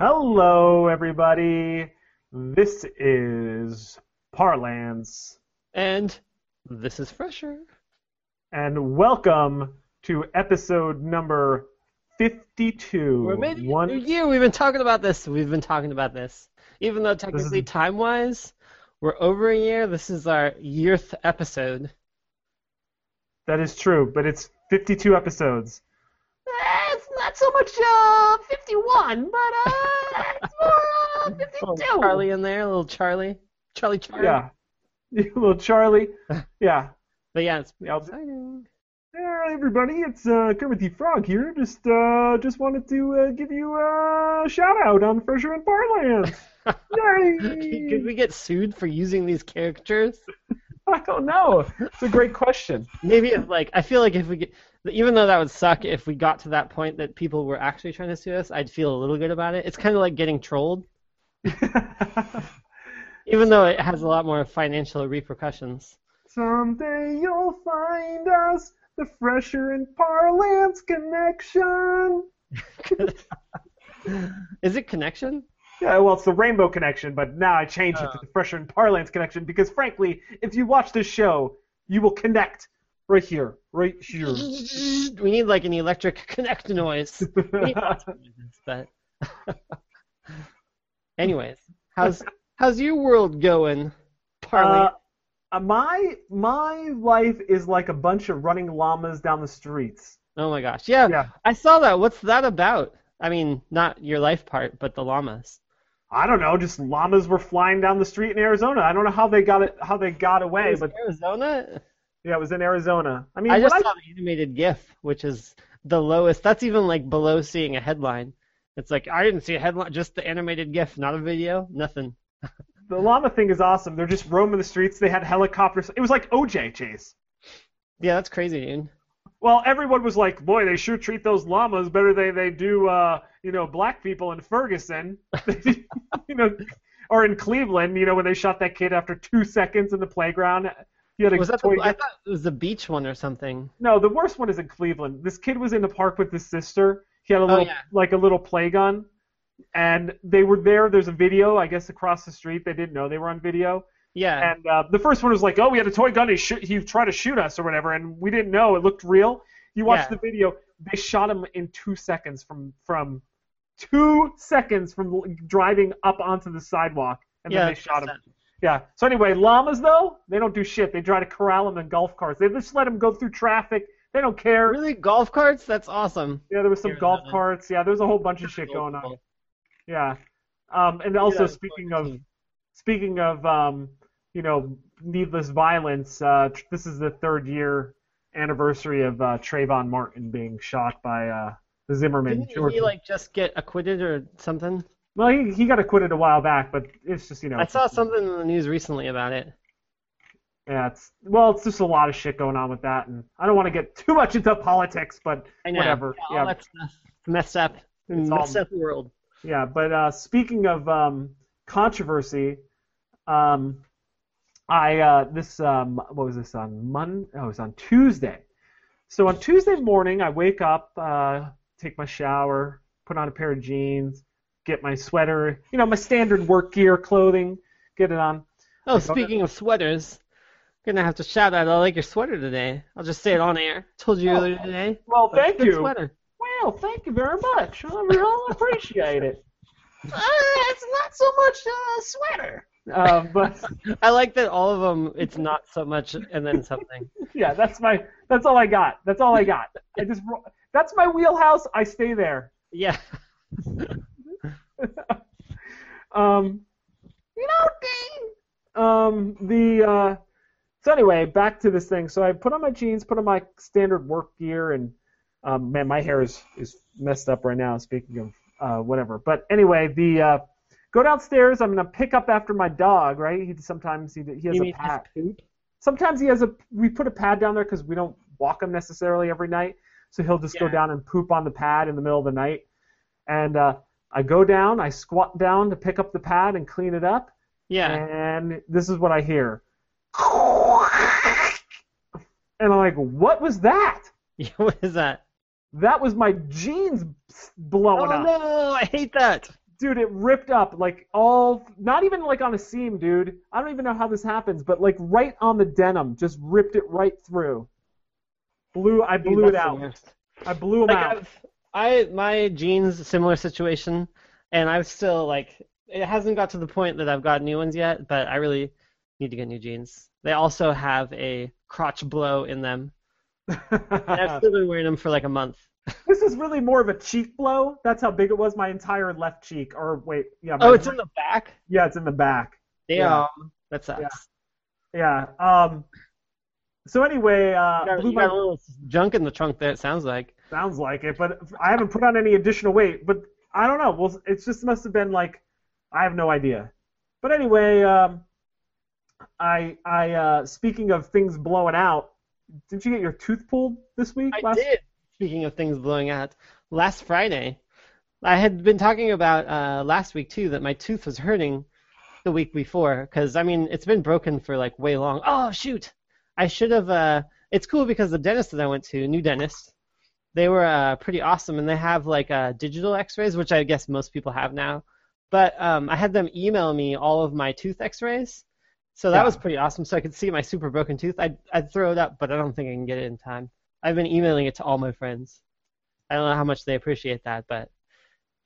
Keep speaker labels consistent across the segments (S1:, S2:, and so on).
S1: Hello, everybody. This is Parlance,
S2: And this is Fresher.
S1: and welcome to episode number 52.
S2: We're maybe
S1: One-
S2: a year. We've been talking about this. We've been talking about this. Even though technically time wise, we're over a year. This is our yearth episode.
S1: that is true, but it's 52 episodes.
S2: It's not so much uh, 51, but uh, it's more uh, 52. Charlie in there, little Charlie. Charlie Charlie.
S1: Yeah. Little Charlie. Yeah.
S2: But yeah, it's
S1: Yeah, I'll-
S2: exciting.
S1: Hey, everybody. It's uh, Kermit the Frog here. Just uh, just wanted to uh, give you a shout out on Fresher and Parlance. Yay!
S2: Could we get sued for using these characters?
S1: I don't know. It's a great question.
S2: Maybe if like I feel like if we get, even though that would suck if we got to that point that people were actually trying to sue us, I'd feel a little good about it. It's kind of like getting trolled, even though it has a lot more financial repercussions.
S1: Someday you'll find us, the Fresher and Parlance Connection.
S2: Is it connection?
S1: Yeah, well, it's the Rainbow Connection, but now I changed it
S2: Oh.
S1: to the Fresher and Parlance Connection because, frankly, if you watch this show, you will connect right here, right here.
S2: We need like an electric connect noise. We need lots of noises, but anyways, how's how's your world going, Parley?
S1: Uh, uh, my my life is like a bunch of running llamas down the streets.
S2: oh my gosh, yeah,
S1: Yeah,
S2: I saw that. What's that about? I mean, not your life part, but the llamas.
S1: I don't know. Just llamas were flying down the street in Arizona. I don't know how they got it, how they got away,
S2: Is
S1: but
S2: Arizona.
S1: yeah, it was in Arizona. I mean,
S2: I
S1: what
S2: just saw the animated GIF, which is the lowest. That's even like below seeing a headline. It's like I didn't see a headline, just the animated GIF, not a video, nothing.
S1: The llama thing is awesome. They're just roaming the streets. They had helicopters. It was like OJ chase.
S2: Yeah, that's crazy, dude.
S1: Well, everyone was like, "Boy, they sure treat those llamas better than they do, uh, you know, black people in Ferguson, you know, or in Cleveland, you know, when they shot that kid after two seconds in the playground." He had a
S2: Was that
S1: toy
S2: the,
S1: gun.
S2: I thought it was the beach one or something.
S1: No, the worst one is in Cleveland. This kid was in the park with his sister. He had a
S2: Oh,
S1: little,
S2: yeah.
S1: like a little play gun, and they were there. There's a video, I guess, across the street. They didn't know they were on video.
S2: Yeah.
S1: And uh, the first one was like, oh, we had a toy gun. He, shoot, he tried to shoot us or whatever, and we didn't know. It looked real. You watch
S2: Yeah.
S1: the video. They shot him in two seconds from from two seconds from l- driving up onto the sidewalk, and
S2: yeah,
S1: then they
S2: that's
S1: shot him.
S2: sad.
S1: Yeah. So anyway, llamas though, they don't do shit. They try to corral him in golf carts. They just let him go through traffic. They don't care.
S2: Really, golf carts? That's awesome.
S1: Yeah, there was some
S2: Here's
S1: golf
S2: another.
S1: carts. Yeah, there was a whole bunch of shit going on. Yeah. Um, and also speaking of speaking of um, you know needless violence, uh, tr- this is the third year anniversary of uh, Trayvon Martin being shot by uh, the Zimmerman.
S2: didn't
S1: Georgia.
S2: he like just get acquitted or something?
S1: well, he, he got acquitted a while back, but it's just you know.
S2: I saw something in the news recently about it.
S1: Yeah, it's well, it's just a lot of shit going on with that, and I don't want to get too much into politics, but
S2: I know.
S1: Whatever,
S2: Yeah,
S1: yeah.
S2: All that stuff. Messed up.
S1: It's all-
S2: messed up world.
S1: Yeah, but uh, speaking of um, controversy, um, I uh, this um, what was this on Mon? Oh, it was on Tuesday. So on Tuesday morning, I wake up, uh, take my shower, put on a pair of jeans, get my sweater, you know, my standard work gear clothing, get it on.
S2: Oh,
S1: don't know.
S2: speaking of sweaters, I'm gonna have to shout out. I like your sweater today. I'll just say it on air. Told you
S1: Oh,
S2: earlier today.
S1: Well,
S2: but
S1: thank
S2: good
S1: you.
S2: Sweater.
S1: Well, thank you very much. I really appreciate it.
S2: Uh, it's not so much uh, sweater.
S1: Uh, but
S2: I like that all of them. It's not so much, and then something.
S1: yeah, that's my that's all I got. That's all I got. I just ro- that's my wheelhouse. I stay there.
S2: Yeah.
S1: Um, you know, ding. Um, the uh, so anyway, back to this thing. So I put on my jeans, put on my standard work gear, and um, man, my hair is is messed up right now. Speaking of uh, whatever, but anyway, the uh, go downstairs. I'm gonna pick up after my dog. Right? He sometimes he he has
S2: You
S1: a
S2: mean his
S1: pack
S2: poop?
S1: sometimes he has a we put a pad down there because we don't walk him necessarily every night so he'll just go
S2: Yeah.
S1: down and poop on the pad in the middle of the night and uh, i go down i squat down to pick up the pad and clean it up
S2: Yeah.
S1: and this is what i hear and i'm like what was that
S2: yeah. What is that?
S1: that was my jeans
S2: Oh
S1: blowing up
S2: no! I hate that.
S1: dude, it ripped up like all, not even like on a seam, dude. I don't even know how this happens, but like right on the denim, just ripped it right through. Blew, I
S2: Dude,
S1: blew it
S2: that's the
S1: out.
S2: worst.
S1: I blew him
S2: Like
S1: out.
S2: I've, I my jeans similar situation, and I've still like it hasn't got to the point that I've got new ones yet, but I really need to get new jeans. They also have a crotch blow in them. And I've still been wearing them for like a month.
S1: this is really more of a cheek blow. That's how big it was. My entire left cheek, or wait, yeah. my-
S2: Oh, it's in the back.
S1: yeah, it's in the back.
S2: Damn,
S1: Yeah.
S2: that sucks.
S1: Yeah. Yeah. Um. So anyway, uh,
S2: You got-
S1: blew
S2: you
S1: my-
S2: got a little junk in the trunk there. It sounds like.
S1: sounds like it, but I haven't put on any additional weight. But I don't know. Well, it's just must have been like I have no idea. But anyway, um, I I uh, speaking of things blowing out, did you get your tooth pulled this week?
S2: I
S1: last-
S2: did. Speaking of things blowing out, last Friday, I had been talking about uh, last week too that my tooth was hurting the week before because I mean it's been broken for like way long. Oh shoot, I should have. Uh, it's cool because the dentist that I went to, new dentist, they were uh, pretty awesome and they have like uh, digital X-rays, which I guess most people have now. But um, I had them email me all of my tooth X-rays. So that
S1: Yeah.
S2: was pretty awesome. So I could see my super broken tooth. I'd, I'd throw it up, but I don't think I can get it in time. I've been emailing it to all my friends. I don't know how much they appreciate that, but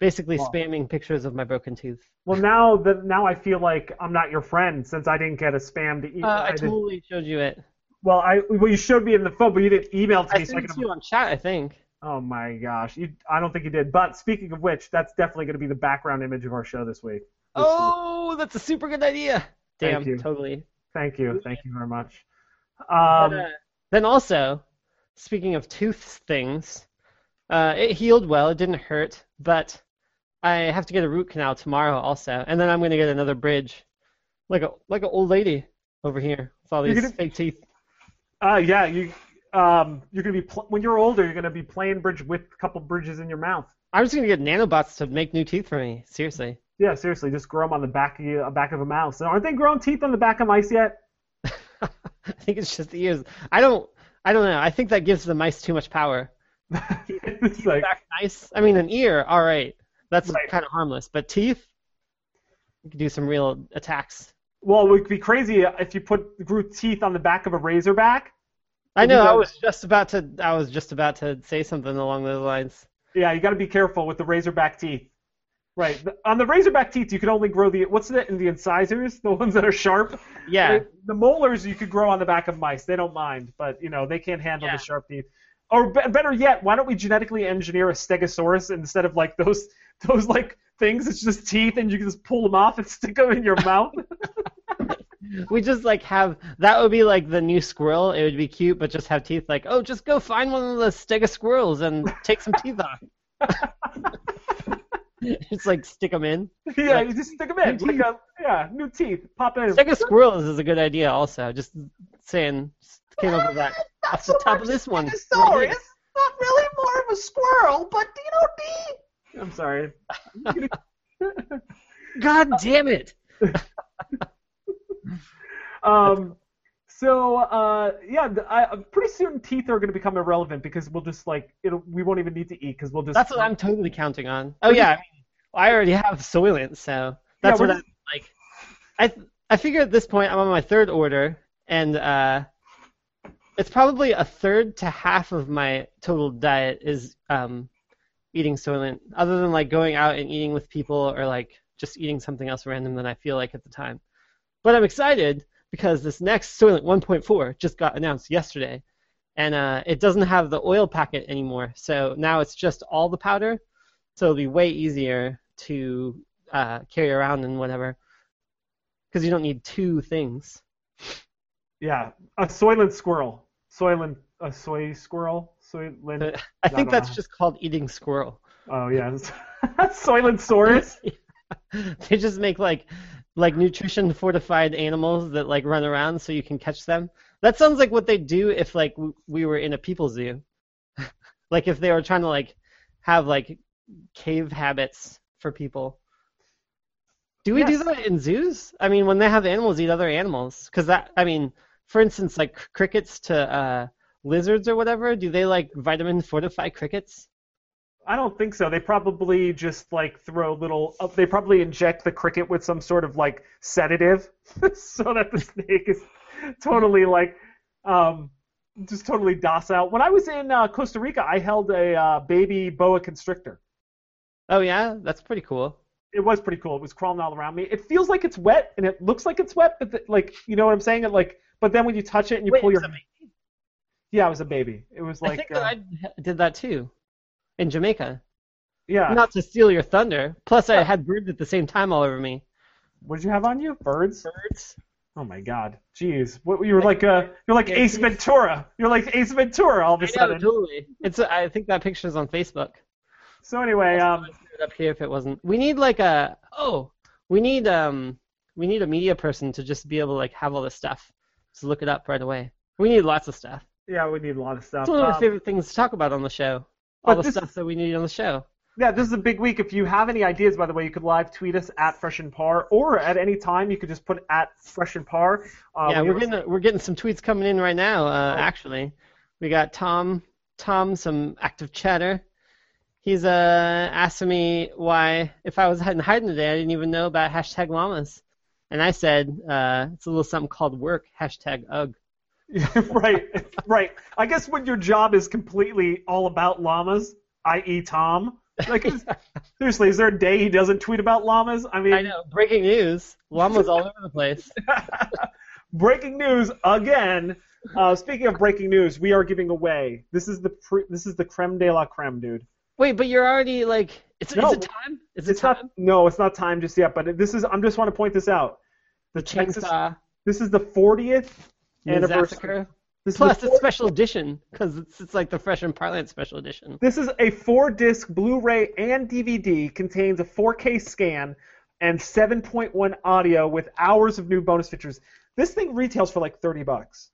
S2: basically
S1: Wow.
S2: spamming pictures of my broken tooth.
S1: Well, now that now I feel like I'm not your friend since I didn't get a spam to eat.
S2: Uh, I
S1: didn't-
S2: totally showed you it.
S1: well, I well you showed me in the phone, but you didn't email to me.
S2: I
S1: so I
S2: sent it
S1: can
S2: to you on chat, I think.
S1: Oh my gosh, you, I don't think you did. But speaking of which, that's definitely going to be the background image of our show this week. This week.
S2: Oh, that's a super good idea.
S1: Thank
S2: Damn,
S1: you.
S2: totally.
S1: Thank you, thank you very much.
S2: But,
S1: Um,
S2: uh, then also, speaking of tooth things, uh, it healed well. It didn't hurt, but I have to get a root canal tomorrow also, and then I'm gonna get another bridge, like a like an old lady over here with all
S1: You're
S2: these
S1: gonna-
S2: fake teeth.
S1: uh, yeah, you um, you're going to be pl- when you're older, you're going to be playing bridge with a couple bridges in your mouth.
S2: I'm just gonna get nanobots to make new teeth for me. Seriously.
S1: Yeah, seriously, just grow them on the back of you, uh, back of a mouse. Aren't they growing teeth on the back of mice yet?
S2: I think it's just the ears. I don't. I don't know. I think that gives the mice too much power.
S1: it's like,
S2: Back nice. I mean, an ear, all right. That's
S1: Right.
S2: kind of harmless. But teeth, you can do some real attacks.
S1: well, it would be crazy if you put grew teeth on the back of a razorback.
S2: I
S1: You
S2: know.
S1: can
S2: I
S1: go-
S2: was just about to. I was just about to say something along those lines.
S1: Yeah, you got to be careful with the razorback teeth. Right. The- On the razorback teeth, you can only grow the what's that in the incisors, the ones that are sharp.
S2: Yeah.
S1: Like, the molars you could grow on the back of mice. They don't mind, but you know they can't handle
S2: Yeah.
S1: the sharp teeth. Or be- better yet, why don't we genetically engineer a stegosaurus instead of like those those like things? It's just teeth, and you can just pull them off and stick them in your mouth.
S2: We just like have that would be like the new squirrel. It would be cute, but just have teeth. Like, oh, just go find one of the stega squirrels and take some teeth off. just like stick them in.
S1: yeah,
S2: Like,
S1: you just stick them in.
S2: new
S1: Like a, yeah, new teeth. Pop in.
S2: Stega squirrels is a good idea. Also, just saying, just came up with that off the top of this one. Right here.
S1: Not really more of a squirrel, but you know, D. I'm sorry.
S2: God damn it!
S1: Um, so uh, yeah, th- I, uh, pretty soon teeth are going to become irrelevant because we'll just like it'll, we won't even need to eat because we'll just.
S2: That's what I'm totally counting on. Oh yeah, I, mean, I already have Soylent, so that's
S1: we're
S2: what I'm like. I th- I figure at this point I'm on my third order, and uh, it's probably a third to half of my total diet is um, eating Soylent, other than like going out and eating with people or like just eating something else random that I feel like at the time. But I'm excited because this next Soylent 1.4 just got announced yesterday, and uh, it doesn't have the oil packet anymore. So now it's just all the powder, so it'll be way easier to uh, carry around and whatever, because you don't need two things.
S1: Yeah, a soylent squirrel, soylent a soy squirrel, soylent.
S2: I
S1: don't
S2: think that's
S1: know.
S2: just called eating squirrel.
S1: Oh yeah, soylent saurus.
S2: they just make like like nutrition fortified animals that like run around so you can catch them. That sounds like what they do if like w- we were in a people zoo. like if they were trying to like have like cave habits for people. Do we
S1: Yes.
S2: do that in zoos? I mean, when they have animals eat other animals, because that I mean, for instance, like cr- crickets to uh, lizards or whatever, do they like vitamin fortify crickets?
S1: I don't think so. They probably just like throw little. Uh, they probably inject the cricket with some sort of like sedative, so that the snake is totally like, um, just totally docile. When I was in uh, Costa Rica, I held a uh, baby boa constrictor.
S2: Oh yeah, that's pretty cool.
S1: It was pretty cool. It was crawling all around me. It feels like it's wet, and it looks like it's wet, but the, like you know what I'm saying? It like, but then when you touch it and you
S2: Wait,
S1: pull
S2: it
S1: your,
S2: was amazing.
S1: yeah, it was a baby. It was like,
S2: I think
S1: uh,
S2: that I did that too, in Jamaica.
S1: yeah.
S2: Not to steal your thunder. Plus, I had birds at the same time all over me.
S1: What did you have on you? Birds.
S2: Birds.
S1: Oh my God, jeez! What you were like? Uh, you're like Ace Ventura. You're like Ace Ventura all of
S2: I
S1: a
S2: know,
S1: sudden.
S2: totally. It's. I think that picture's on Facebook.
S1: So anyway, um,
S2: I'd put it up here if it wasn't. We need like a. Oh, we need um. We need a media person to just be able to like have all this stuff. Just look it up right away. We need lots of stuff.
S1: yeah, we need a lot of stuff.
S2: It's one of my
S1: Um,
S2: favorite things to talk about on the show.
S1: but
S2: All the
S1: this-
S2: stuff that we need on the show.
S1: Yeah, this is a big week. If you have any ideas, by the way, you could live tweet us at Fresh and Par, or at any time you could just put at Fresh and Par. Uh,
S2: yeah,
S1: we
S2: we're
S1: always-
S2: getting we're getting some tweets coming in right now. Uh,
S1: Oh.
S2: Actually, we got Tom Tom some active chatter. He's uh asking me why if I was hiding hiding today I didn't even know about hashtag llamas, and I said uh, it's a little something called work hashtag ugh.
S1: right, right. I guess when your job is completely all about llamas, i.e., Tom. Like, is- seriously, is there a day he doesn't tweet about llamas? I mean,
S2: I know breaking news llamas all over the place.
S1: breaking news again. Uh, speaking of breaking news, we are giving away. This is the pre- this is the creme de la creme, dude.
S2: Wait, but you're already like it's
S1: No,
S2: it's a time it's,
S1: It's
S2: a time
S1: not no, it's not time just yet. But it- this is. I'm just want to point this out. The Texas.
S2: chainsaw
S1: This is the 40th anniversary.
S2: massacre
S1: This
S2: plus
S1: is
S2: it's special edition because it's it's like the fresh and parlant special edition.
S1: This is a four-disc Blu-ray and DVD. Contains a 4K scan and 7.1 audio with hours of new bonus features. This thing retails for like 30 bucks.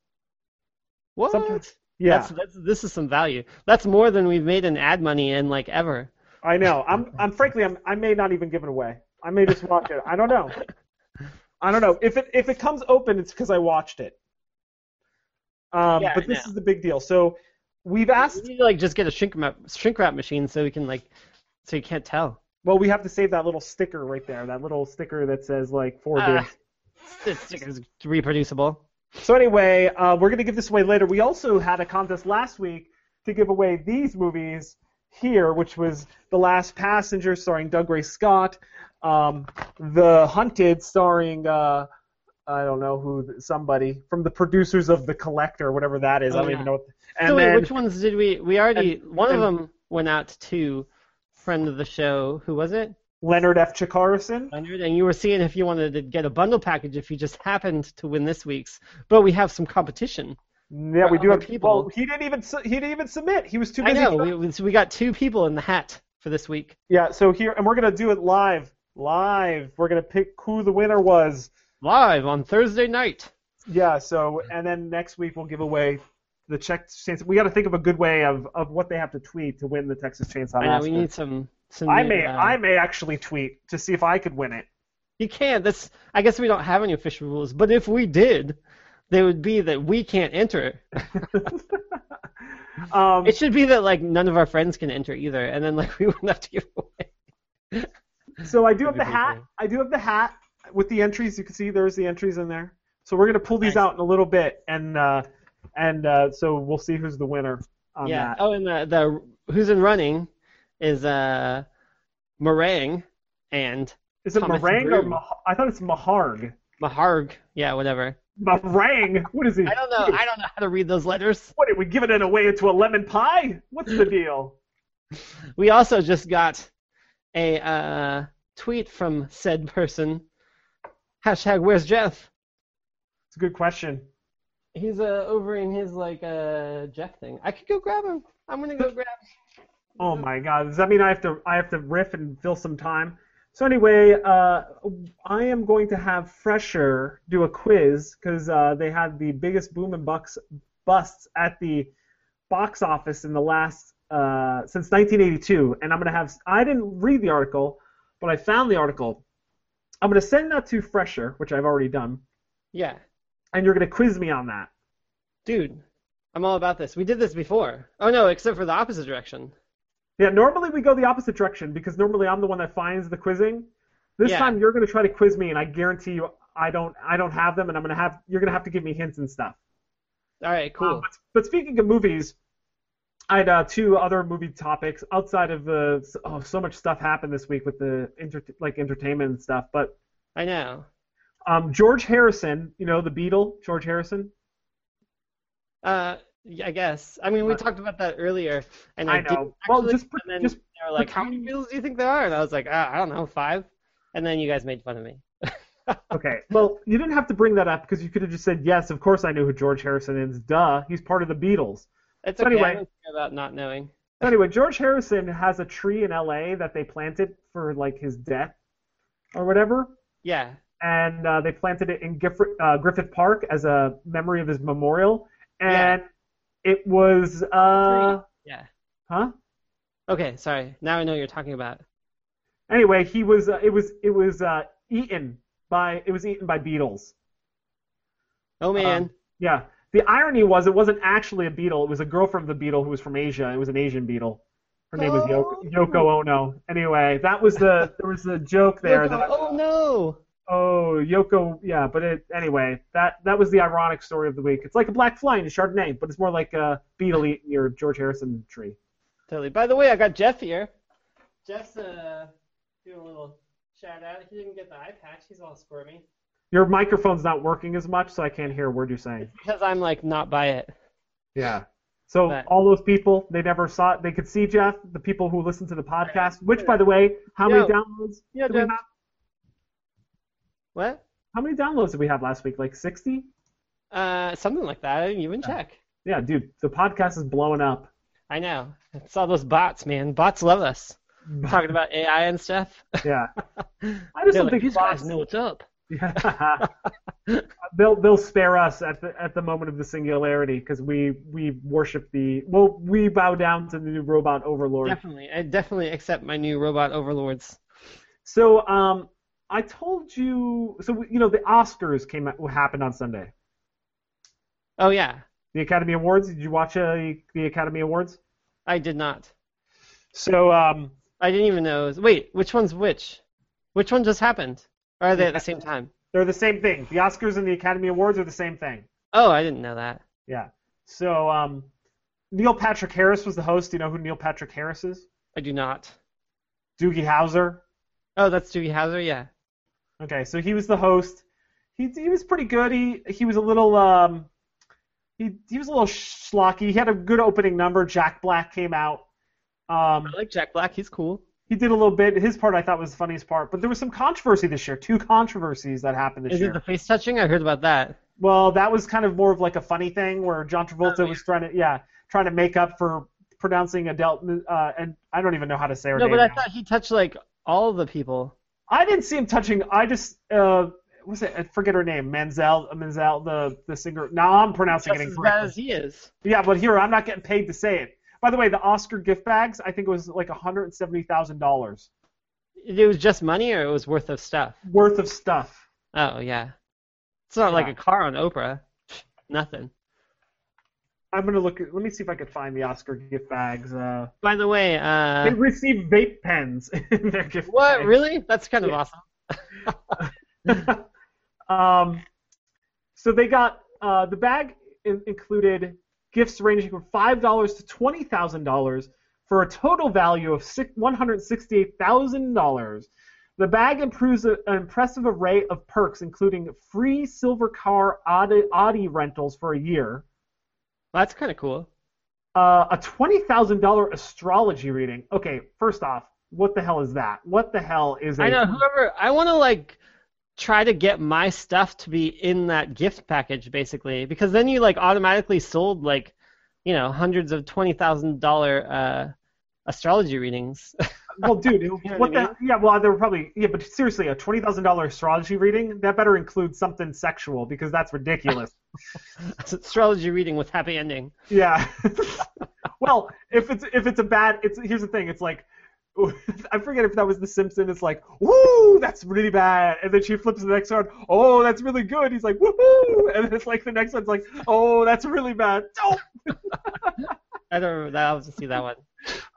S2: What?
S1: Yeah,
S2: That's, that's, this is some value. That's more than we've made in ad money in like ever.
S1: I know. I'm. I'm frankly. I'm. I may not even give it away. I may just watch it. I don't know. I don't know. If it if it comes open, it's because I watched it. Um,
S2: Yeah, I
S1: but this
S2: know.
S1: is the big deal. So we've
S2: We
S1: asked.
S2: need to like just get a shrink wrap, shrink wrap machine so we can like so you can't tell.
S1: Well, we have to save that little sticker right there. That little sticker that says like four
S2: Ah.
S1: discs.
S2: This sticker's reproducible.
S1: So anyway, uh, we're gonna give this away later. We also had a contest last week to give away these movies here, which was The Last Passenger starring Doug Ray Scott, um, The Hunted starring uh, I don't know who somebody from the producers of The Collector, whatever that is. I
S2: Oh,
S1: don't
S2: yeah.
S1: even know. What and
S2: so wait,
S1: then
S2: which ones did we? We already one of
S1: and-
S2: them went out to friend of the show. Who was it?
S1: Leonard F. Chikarson.
S2: Leonard. And you were seeing if you wanted to get a bundle package if you just happened to win this week's. But we have some competition.
S1: Yeah, we do have
S2: other people.
S1: Well, he didn't even su- he didn't even submit. He was too
S2: I
S1: busy.
S2: know. We, we, so we got two people in the hat for this week.
S1: Yeah, so here and we're gonna do it live. Live. We're gonna pick who the winner was.
S2: Live on Thursday night.
S1: Yeah, so and then next week we'll give away the check chance. We got to think of a good way of, of what they have to tweet to win the Texas Chainsaw
S2: I know
S1: Massacre.
S2: we need some. some
S1: I
S2: new,
S1: may
S2: uh,
S1: I may actually tweet to see if I could win it.
S2: You can't. That's. I guess we don't have any official rules. But if we did, they would be that we can't enter.
S1: Um,
S2: It should be that like none of our friends can enter either, and then like we wouldn't have to give away.
S1: so I do have the
S2: That'd be
S1: hat.
S2: cool.
S1: I do have the hat with the entries. You can see there's the entries in there. So we're gonna pull these
S2: Nice.
S1: out in a little bit, and uh, and uh, so we'll see who's the winner on
S2: yeah.
S1: that.
S2: Oh, and the the who's in running is uh meringue and
S1: Is it
S2: Thomas
S1: meringue or
S2: Brew.
S1: Mah- I thought it's maharg.
S2: maharg. Yeah, whatever.
S1: Meringue. What is it?
S2: I don't know. I don't know how to read those letters.
S1: What are we giving it away to a lemon pie? What's the deal?
S2: We also just got a uh, tweet from said person. Hashtag Where's Jeff?
S1: It's a good question.
S2: He's uh, over in his like uh, Jeff thing. I could go grab him. I'm gonna go grab.
S1: Oh my God! Does that mean I have to I have to riff and fill some time? So anyway, uh, I am going to have Fresher do a quiz because uh, they had the biggest boom and bucks busts at the box office in the last uh, since 1982, and I'm gonna have I didn't read the article, but I found the article. I'm gonna send that to Fresher, which I've already done,
S2: Yeah,
S1: and you're gonna quiz me on that.
S2: dude, I'm all about this. We did this before. Oh no, except for the opposite direction.
S1: Yeah, normally we go the opposite direction because normally I'm the one that finds the quizzing. This
S2: Yeah.
S1: time you're going to try to quiz me, and I guarantee you I don't I don't have them, and I'm going to have you're going to have to give me hints and stuff.
S2: All right, cool.
S1: Um, but, but speaking of movies, I had uh, two other movie topics outside of the oh so much stuff happened this week with the inter- like entertainment and stuff. But
S2: I know.
S1: um, George Harrison, you know the Beatle, George Harrison.
S2: Uh, yeah, I guess. I mean, we
S1: But-
S2: talked about that earlier, and
S1: Uh-huh. I
S2: I, didn't
S1: know. Well,
S2: actually,
S1: just pre-
S2: and then
S1: just
S2: they were like, "How many Beatles do you think there are?" And I was like, ah, "I don't know, five. And then you guys made fun of me.
S1: Okay. Well, you didn't have to bring that up because you could have just said yes. Of course, I knew who George Harrison is. Duh, he's part of the Beatles.
S2: It's
S1: So
S2: okay.
S1: anyway-
S2: I don't care about not knowing.
S1: So anyway, George Harrison has a tree in L.A. that they planted for like his death or whatever,
S2: Yeah,
S1: and uh, they planted it in Giff- uh, Griffith Park as a memory of his memorial, and it was uh
S2: yeah.
S1: huh.
S2: Okay, sorry. Now I know what you're talking about.
S1: Anyway, he was uh, it was it was uh, eaten by it was eaten by beetles.
S2: Oh man.
S1: Yeah. The irony was it wasn't actually a beetle. It was a girl from the beetle who was from Asia. It was an Asian beetle. Her name was Yoko, Yoko Ono. Anyway, that was the there was a joke there that
S2: oh no.
S1: oh Yoko yeah, but it, anyway that that was the ironic story of the week. It's like a black fly in a Chardonnay, but it's more like a beetle eating your George Harrison tree.
S2: Totally. By the way, I got Jeff here. Jeff's uh, doing a little shout out. He didn't get the eye patch. He's all squirmy.
S1: Your microphone's not working as much, so I can't hear a word you're saying.
S2: Because I'm like not by it.
S1: Yeah. So
S2: But-
S1: all those people, they never saw it. They could see Jeff. The people who listen to the podcast, which by the way, how many
S2: Yo.
S1: downloads
S2: Yeah,
S1: do we
S2: Jeff.
S1: have?
S2: What?
S1: How many downloads did we have last week? Like 60?
S2: Uh, something like that. I didn't even
S1: Yeah.
S2: check.
S1: Yeah, dude, the podcast is blowing up.
S2: I know. It's all those bots, man. Bots love us. Talking about AI and stuff.
S1: yeah. I just
S2: They're
S1: don't
S2: like,
S1: think
S2: these
S1: bots-
S2: guys know what's up.
S1: Yeah. they'll they'll spare us at the at the moment of the singularity because we we worship the well we bow down to the new robot overlord.
S2: Definitely. I definitely accept my new robot overlords.
S1: So um, I told you so you know the Oscars came out, happened on Sunday.
S2: Oh, yeah.
S1: The Academy Awards. Did you watch uh, the Academy Awards?
S2: I did not.
S1: So um,
S2: I didn't even know. it was- Wait, which one's which? Which one just happened? Or are they at the same time?
S1: they're the same thing. The Oscars and the Academy Awards are the same thing.
S2: Oh, I didn't know that.
S1: Yeah. So um, Neil Patrick Harris was the host. Do you know who Neil Patrick Harris is?
S2: I do not.
S1: Doogie Howser.
S2: Oh, that's Doogie Howser? Yeah.
S1: Okay, so he was the host. He he was pretty good. He he was a little um, he he was a little schlocky. He had a good opening number. Jack Black came out. Um,
S2: I like Jack Black. He's cool.
S1: he did a little bit. His part I thought was the funniest part, but there was some controversy this year. Two controversies that happened this
S2: Is
S1: year.
S2: it the face touching? I heard about that.
S1: Well, that was kind of more of like a funny thing where John Travolta
S2: Oh, yeah.
S1: was trying to yeah trying to make up for pronouncing Adele uh, and I don't even know how to say her
S2: No,
S1: name.
S2: but I
S1: now.
S2: thought he touched like all the people.
S1: I didn't see him touching. I just uh, was it? I forget her name. Manzel, Manzel, the the singer. Now I'm pronouncing
S2: Just
S1: it
S2: as bad
S1: incorrectly.
S2: as he is.
S1: Yeah, but here I'm not getting paid to say it. By the way, the Oscar gift bags. I think it was like hundred and seventy thousand dollars
S2: It was just money or it was worth of stuff?
S1: worth of stuff.
S2: Oh, yeah. It's not like
S1: Yeah.
S2: a car on Oprah. Nothing.
S1: I'm gonna look. At, let me see if I could find the Oscar gift bags. Uh,
S2: By the way,
S1: they
S2: uh,
S1: received vape pens in their gift
S2: what?
S1: bags.
S2: Really? That's kind of
S1: Yeah.
S2: awesome.
S1: um, so they got uh, the bag in- included gifts ranging from five dollars to twenty thousand dollars for a total value of one hundred sixty-eight thousand dollars. The bag improves a, an impressive array of perks, including free silver car Audi, Audi rentals for a year,
S2: Well, that's kind of cool.
S1: uh, a twenty thousand dollar astrology reading. Okay, first off, what the hell is that? What the hell is? a-
S2: I know. Whoever I want to like try to get my stuff to be in that gift package, basically, because then you like automatically sold like you know hundreds of twenty thousand dollar uh, astrology readings.
S1: well, dude,
S2: know
S1: what
S2: what I
S1: the? Yeah, well, they were probably yeah, but seriously, a twenty thousand dollar astrology reading that better include something sexual because that's ridiculous.
S2: astrology reading with happy ending.
S1: yeah. well, if it's if it's a bad, it's here's the thing. It's like I forget if that was The Simpsons. It's like, woo, that's really bad, and then she flips to the next one. Oh, that's really good. He's like, woohoo, and then it's like the next one's like, oh, that's really bad. Don't.
S2: I don't remember that. I'll have to see that one.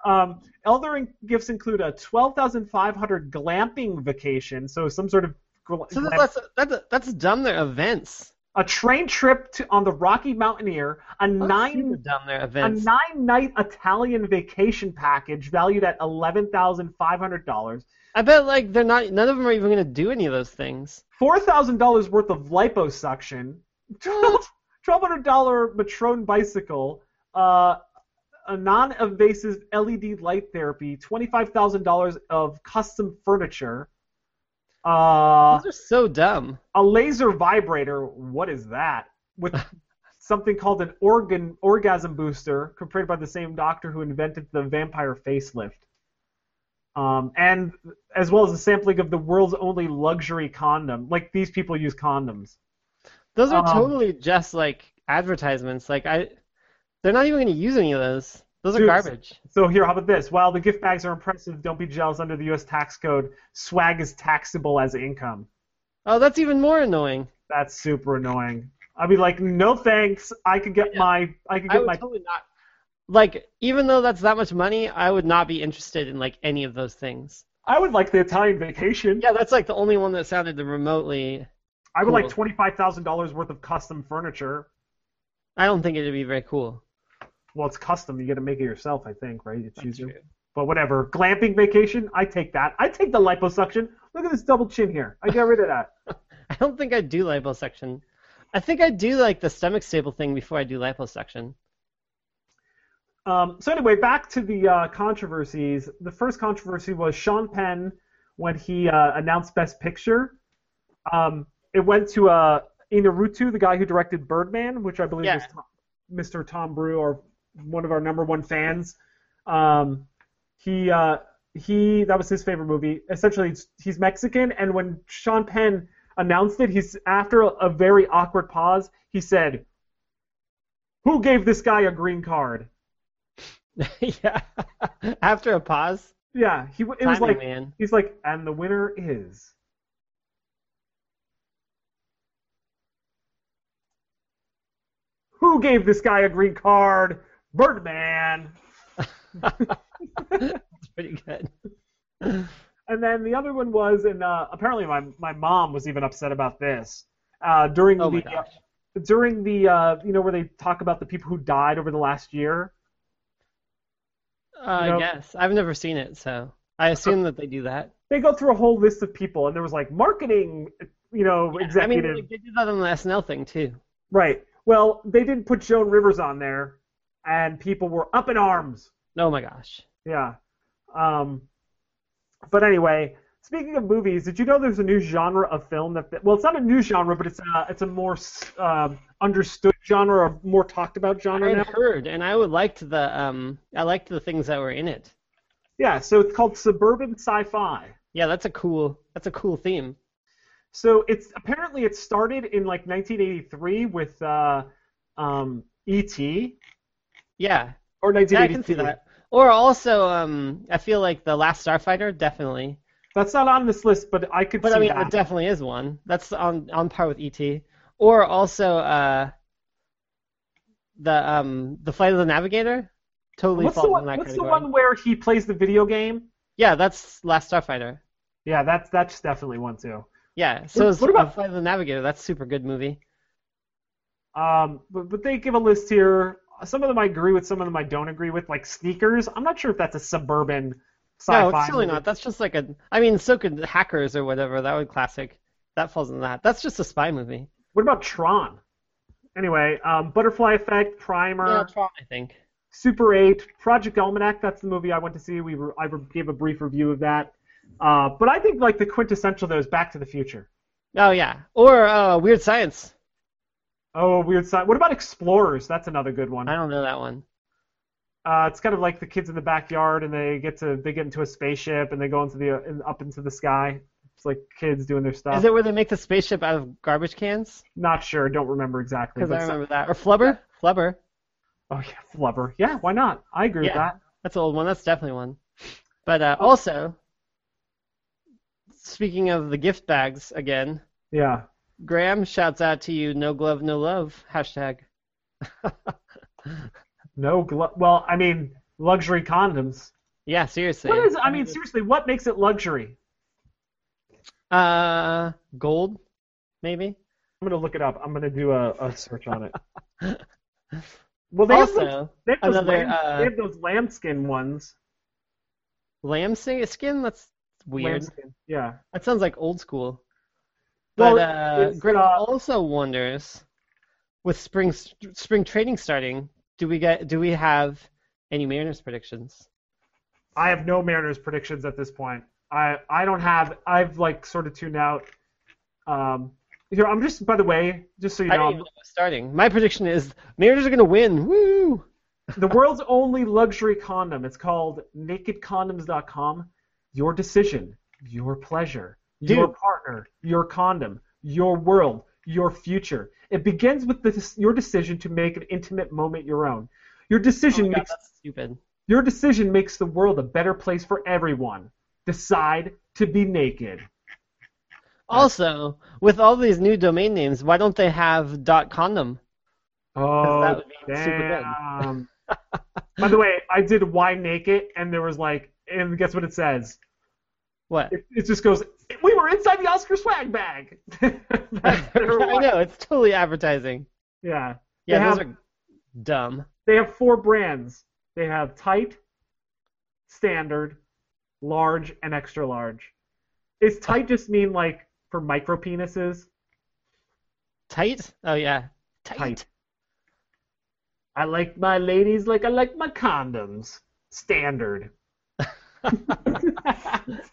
S1: Um, elder in- gifts include a 12,500 glamping vacation, so some sort of gl-
S2: So
S1: glam-
S2: that's that's that's dumb. Their events.
S1: a train trip to, on the Rocky Mountaineer, a
S2: Super
S1: nine
S2: dumb. Their
S1: a
S2: events.
S1: nine night Italian vacation package valued at eleven thousand five hundred dollars,
S2: I bet like they're not. None of them are even gonna do any of those things.
S1: four thousand dollars worth of liposuction, twelve hundred dollar Matron bicycle, uh, a non-invasive LED light therapy, twenty-five thousand dollars of custom furniture, uh,
S2: Those are so dumb.
S1: a laser vibrator. What is that? With something called an organ orgasm booster, created by the same doctor who invented the vampire facelift. Um, and as well as a sampling of the world's only luxury condom. Like these people use condoms.
S2: Those are
S1: Um,
S2: totally just like advertisements. Like I, they're not even gonna use any of those. Those are
S1: Dude,
S2: garbage.
S1: So here, how about this? While the gift bags are impressive, don't be jealous under the U.S. tax code. Swag is taxable as income.
S2: Oh, that's even more annoying.
S1: That's super annoying. I'd be like, no thanks. I could get
S2: Yeah.
S1: my, I could
S2: I
S1: get
S2: would
S1: my.
S2: totally not. Like, even though that's that much money, I would not be interested in like any of those things.
S1: I would like the Italian vacation.
S2: Yeah, that's like the only one that sounded remotely.
S1: I would like
S2: cool.
S1: twenty-five thousand dollars worth of custom furniture.
S2: I don't think it'd be very cool.
S1: Well, it's custom. You got to make it yourself, I think, right? It's
S2: That's
S1: usually.
S2: true.
S1: But whatever. Glamping vacation, I take that. I take the liposuction. Look at this double chin here. I get rid of that.
S2: I don't think I do liposuction. I think I do like the stomach staple thing before I do liposuction.
S1: Um, so anyway, back to the uh, controversies. The first controversy was Sean Penn when he uh, announced Best Picture. Um, it went to uh, Inarutu, the guy who directed Birdman, which I believe
S2: Yeah.
S1: was Tom, Mr. Tom Brew, or one of our number one fans. Um, he uh, he that was his favorite movie. Essentially, it's- he's Mexican, and when Sean Penn announced it, he's after a, a very awkward pause, he said, "Who gave this guy a green card?"
S2: yeah. After a pause,
S1: Yeah, he w- it was
S2: timing
S1: like
S2: man.
S1: he's like, and the winner is. Who gave this guy a green card? Birdman.
S2: it's pretty good.
S1: And then the other one was, and uh, apparently my my mom was even upset about this uh, during
S2: Oh my
S1: the
S2: gosh.
S1: during the uh, you know where they talk about the people who died over the last year.
S2: Uh,
S1: No.
S2: I guess I've never seen it, so I assume that they do that.
S1: They go through a whole list of people, and there was like marketing, you know,
S2: I
S1: executive.
S2: mean, like, they did that on the SNL thing too.
S1: Right. Well, they didn't put Joan Rivers on there, and people were up in arms.
S2: Oh my gosh.
S1: Yeah. Um, but anyway, speaking of movies, did you know there's a new genre of film that? Well, it's not a new genre, but it's a it's a more um understood genre, or more talked about
S2: I
S1: genre now.
S2: had heard, and I would liked the um, I liked the things that were in it.
S1: Yeah. So it's called suburban sci-fi.
S2: Yeah, that's a cool, that's a cool theme.
S1: So it's apparently it started in like 1983 with uh, um, E.T.
S2: Yeah,
S1: or
S2: yeah I can
S1: 1982.
S2: see that. Or also, um, I feel like the Last Starfighter definitely,
S1: That's not on this list, but I could
S2: but
S1: see
S2: I mean,
S1: that.
S2: it definitely is one. That's on on par with ET. Or also, uh, the um, the Flight of the Navigator, totally
S1: What's
S2: falls
S1: the one,
S2: in that
S1: what's the
S2: category.
S1: one where he plays the video game?
S2: Yeah, that's Last Starfighter.
S1: Yeah, that's that's definitely one too.
S2: Yeah, so
S1: What-
S2: is
S1: what about-
S2: uh, Flight of the Navigator? That's a super good movie.
S1: Um, but, but they give a list here. Some of them I agree with, some of them I don't agree with. Like sneakers, I'm not sure if that's a suburban sci-fi.
S2: No, it's totally
S1: movie.
S2: not. That's just like a. I mean, so could Hackers or whatever. That would classic. That falls in that. That's just a spy movie.
S1: What about Tron? Anyway, um, Butterfly Effect, Primer,
S2: Yeah, Tron, I think.
S1: Super 8, Project Almanac. That's the movie I went to see. We re- I re- gave a brief review of that. Uh, but I think like the quintessential though is Back to the Future.
S2: Oh yeah, or uh, Weird Science.
S1: Oh, weird side. What about Explorers? That's another good one.
S2: I don't know that one.
S1: Uh, it's kind of like the kids in the backyard, and they get to they get into a spaceship, and they go into the uh, in, up into the sky. It's like kids doing their stuff.
S2: Is it where they make the spaceship out of garbage cans?
S1: Not sure. Don't remember exactly.
S2: Because
S1: But
S2: I remember that. Or Flubber. Flubber.
S1: Oh yeah, flubber. Yeah, why not? I agree with
S2: Yeah.
S1: that.
S2: That's an old one. That's definitely one. But uh,
S1: Oh.
S2: also, speaking of the gift bags again,
S1: Yeah.
S2: Graham shouts out to you. No glove, no love. Hashtag.
S1: No glove. Well, I mean, luxury condoms.
S2: Yeah, seriously.
S1: What is? I mean, seriously, what makes it luxury?
S2: Uh, gold, maybe.
S1: I'm gonna look it up. I'm gonna do a, a search on it. Well, they have those,
S2: also,
S1: they have those,
S2: another,
S1: lamb,
S2: uh,
S1: they have those lambskin ones.
S2: lamb si- skin. That's weird.
S1: Lambskin. Yeah.
S2: That sounds like old school.
S1: Well,
S2: But uh,
S1: it's,
S2: Greg
S1: uh,
S2: also wonders, with spring spring trading starting, do we get do we have any Mariners predictions?
S1: I have no Mariners predictions at this point. I I don't have. I've like sort of tuned out. Um, here I'm just by the way, just so you
S2: I don't
S1: know,
S2: even know what's starting. My prediction is Mariners are gonna win. Woo!
S1: the world's only luxury condom. It's called NakedCondoms.com. Your decision, your pleasure, your
S2: Dude.
S1: partner, your condom, your world, your future. It begins with the, your decision to make an intimate moment your own. Your
S2: Oh
S1: decision
S2: my God,
S1: makes
S2: that's stupid.
S1: Your decision makes the world a better place for everyone. Decide to be naked.
S2: Also, with all these new domain names, why don't they have dot condom?
S1: Oh,
S2: that would be super good.
S1: damn. By the way, I did why naked, and there was like, and guess what it says?
S2: What?
S1: It, it just goes, we were inside the Oscar swag bag.
S2: I
S1: That's their why.
S2: know it's totally advertising.
S1: Yeah. They
S2: Yeah, those
S1: have-
S2: are dumb.
S1: They have four brands. They have tight, standard, large, and extra large. Is tight just mean like for micro penises?
S2: Tight? Oh yeah, tight.
S1: Tight. I like my ladies like I like my condoms. Standard.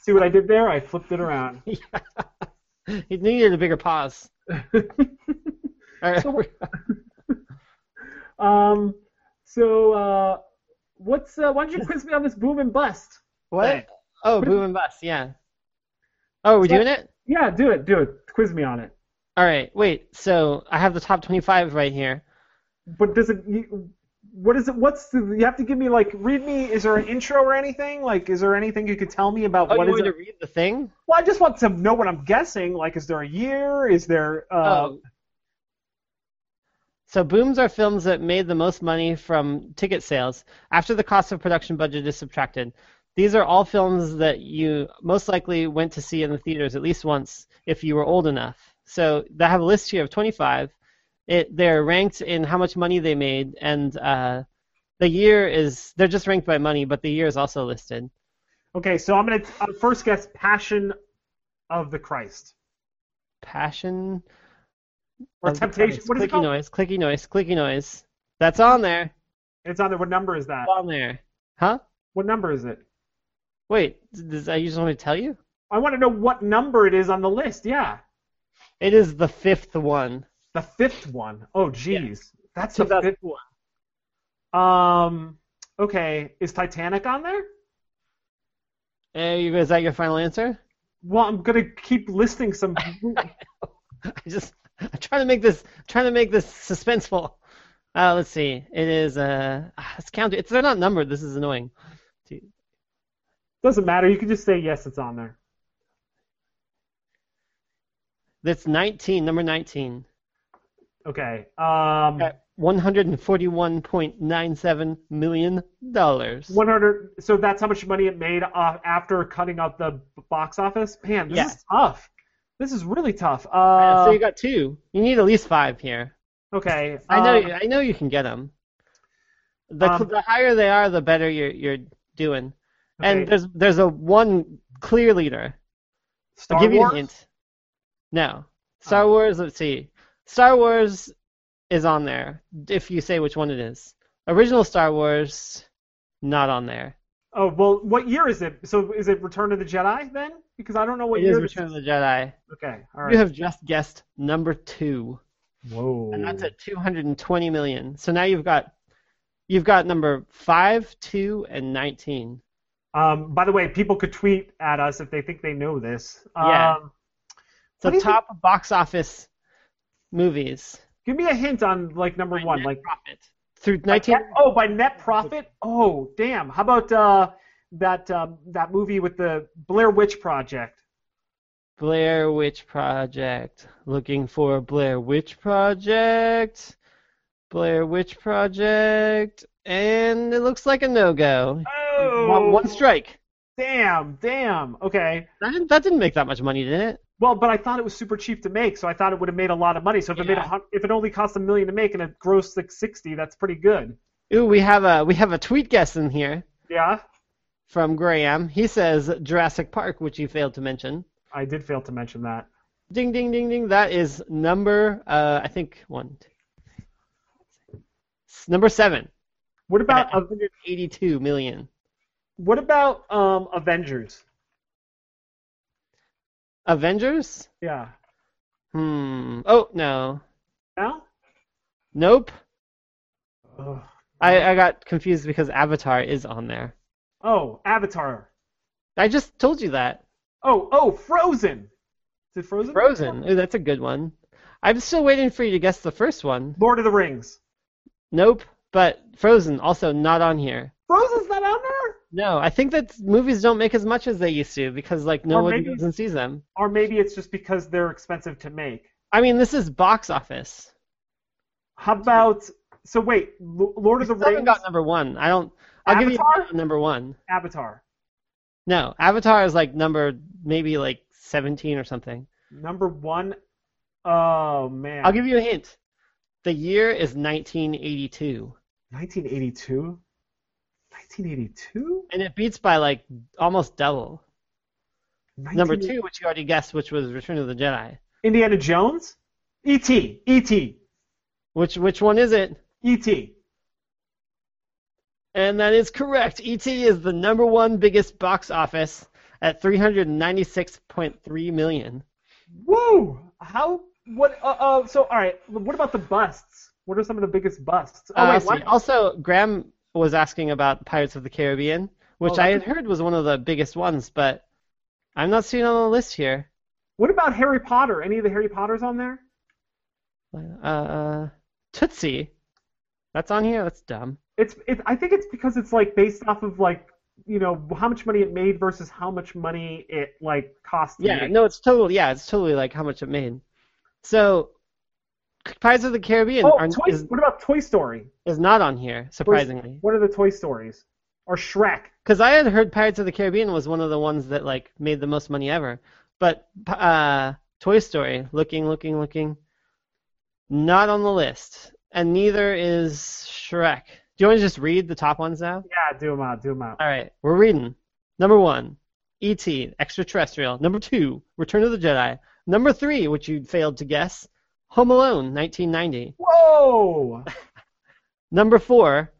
S1: See what I did there? I flipped it around.
S2: He needed a bigger pause. All right.
S1: Um, so uh, what's uh, why don't you quiz me on this boom and bust?
S2: what?
S1: Hey.
S2: Oh, boom and bust. Yeah. Oh, we're
S1: So-
S2: doing it.
S1: Yeah, do it, do it. Quiz me on it.
S2: All right. Wait. So I have the top 25 right here.
S1: But does it? You, what is it? What's the, you have to give me like? Read me. Is there an intro or anything? Like, is there anything you could tell me about
S2: Oh,
S1: what
S2: you
S1: is
S2: want
S1: it?
S2: me to read the thing?
S1: Well, I just want to know what I'm guessing. Like, is there a year? Is there? Uh,
S2: oh. So booms are films that made the most money from ticket sales after the cost of production budget is subtracted. These are all films that you most likely went to see in the theaters at least once if you were old enough. So I have a list here of 25. It, they're ranked in how much money they made, and uh, the year is they're just ranked by money, but the year is also listed.
S1: Okay, so I'm gonna uh, first guess Passion of the Christ
S2: Passion
S1: or
S2: of the
S1: Temptation.
S2: Christ.
S1: What is
S2: clicky
S1: it called?
S2: noise? Clicky noise. Clicky noise. That's on there.
S1: It's on there. What number is that?
S2: It's on there. Huh?
S1: What number is it?
S2: Wait, does I just want me to tell you?
S1: I want to know what number it is on the list. Yeah,
S2: It is the fifth one.
S1: the fifth one. Oh, geez, that's the
S2: 2000.
S1: fifth one. Um, okay, is Titanic on there?
S2: There you go. Is that your final answer?
S1: Well, I'm gonna keep listing some.
S2: I just I'm trying to make this trying to make this suspenseful. Uh, let's see. It is uh, ah, it's counted. It's they're not numbered. This is annoying.
S1: Doesn't matter. You can just say yes, it's on there.
S2: That's 19. Number 19.
S1: Okay. Um,
S2: At 141.97 million dollars.
S1: 100. So that's how much money it made uh, after cutting out the b- box office. Man, this
S2: Yeah.
S1: is tough. This is really tough.
S2: Yeah,
S1: Uh,
S2: so you got two. You need at least five here.
S1: okay.
S2: I know.
S1: um,
S2: you- I know you can get them. The,
S1: Um,
S2: the higher they are, the better you're you're doing. And
S1: okay,
S2: there's there's a one clear leader.
S1: Star
S2: I'll give
S1: Wars? Uh-huh.
S2: you a hint. No. Star Wars, let's see. Star Wars is on there, if you say which one it is. Original Star Wars, not on there.
S1: Oh well, what year is it? So is it Return of the Jedi then? Because I don't know what
S2: It
S1: year.
S2: is
S1: this
S2: Return of the Jedi.
S1: Okay, all
S2: You
S1: right.
S2: have just guessed number two.
S1: Whoa.
S2: And that's at 220 million. So now you've got you've got number five, two, and 19.
S1: Um, by the way, people could tweet at us if they think they know this.
S2: Yeah.
S1: Um,
S2: So
S1: What do you
S2: top box office movies.
S1: give me a hint on like number
S2: by
S1: one,
S2: net
S1: like
S2: profit through
S1: by
S2: 19.
S1: net- oh, by net profit. Oh, damn. How about uh, that um, that movie with the Blair Witch Project?
S2: Blair Witch Project. Looking for Blair Witch Project. Blair Witch Project, and it looks like a no-go.
S1: Oh,
S2: One- One strike.
S1: Damn, damn. Okay.
S2: That, didn't- that didn't make that much money, did it?
S1: Well, but I thought it was super cheap to make, so I thought it would have made a lot of money. So if it made a
S2: Yeah.
S1: hun- if it only cost a million to make and it grossed like sixty, that's pretty good.
S2: Ooh, we have a we have a tweet guess in here
S1: Yeah,
S2: from Graham. He says Jurassic Park, which you failed to mention.
S1: I did fail to mention that.
S2: Ding, ding, ding, ding. That is number, uh, I think one, two, s- number seven.
S1: What about
S2: Yeah.
S1: uh,
S2: 82 million.
S1: what about um, Avengers?
S2: Avengers?
S1: Yeah.
S2: Hmm. Oh no.
S1: Now?
S2: Nope.
S1: Ugh.
S2: I, I got confused because Avatar is on there.
S1: Oh, Avatar.
S2: I just told you that.
S1: Oh, oh, Frozen. Is it Frozen?
S2: Frozen. Ooh, that's a good one. I'm still waiting for you to guess the first one.
S1: Lord of the Rings.
S2: Nope. But Frozen also not on here.
S1: Frozen's not on there?
S2: No, I think that movies don't make as much as they used to because like no
S1: Or
S2: one
S1: maybe-
S2: goes and sees them.
S1: Or maybe it's just because they're expensive to make.
S2: I mean, this is box office.
S1: How about so wait, L- Lord of the
S2: I haven't
S1: Rings,
S2: got number one. I don't. I'll give
S1: Avatar?
S2: you number one.
S1: Avatar.
S2: No, Avatar is like number maybe like 17 or something.
S1: Number 1 Oh man.
S2: I'll give you a hint. The year is 1982,
S1: 1982? 1982?
S2: and it beats by like almost double. Number
S1: 19
S2: two, which you already guessed, which was Return of the Jedi.
S1: Indiana Jones? E E.T. E.T.
S2: Which which one is it?
S1: E.T.
S2: And that is correct. ET is the number one biggest box office at 396.3 million.
S1: Woo! How? What? Uh, uh, so, all right. What about the busts? What are some of the biggest busts? Oh,
S2: Uh,
S1: wait,
S2: so-
S1: what?
S2: Also, Graham was asking about Pirates of the Caribbean, which
S1: Oh,
S2: I had
S1: that's-
S2: heard was one of the biggest ones, but I'm not seeing it on the list here.
S1: what about Harry Potter? Any of the Harry Potters on there?
S2: Uh, Tootsie, that's on here. That's dumb.
S1: It's. It, I think it's because it's like based off of like you know how much money it made versus how much money it like cost. to
S2: Yeah,
S1: make.
S2: no, it's totally. Yeah, it's totally like how much it made. So, Pirates of the Caribbean
S1: Oh,
S2: are,
S1: Toy,
S2: is,
S1: what about Toy Story?
S2: is not on here, surprisingly.
S1: What are the Toy Stories? Or Shrek?
S2: Because I had heard Pirates of the Caribbean was one of the ones that like made the most money ever, but uh, Toy Story, looking, looking, looking, not on the list, and neither is Shrek. Do you want to just read the top ones now?
S1: Yeah, do 'em out, do 'em out.
S2: All right, we're reading. Number one, E.T. Extraterrestrial. Number two, Return of the Jedi. Number three, which you failed to guess, Home Alone, 1990.
S1: Whoa!
S2: Number four,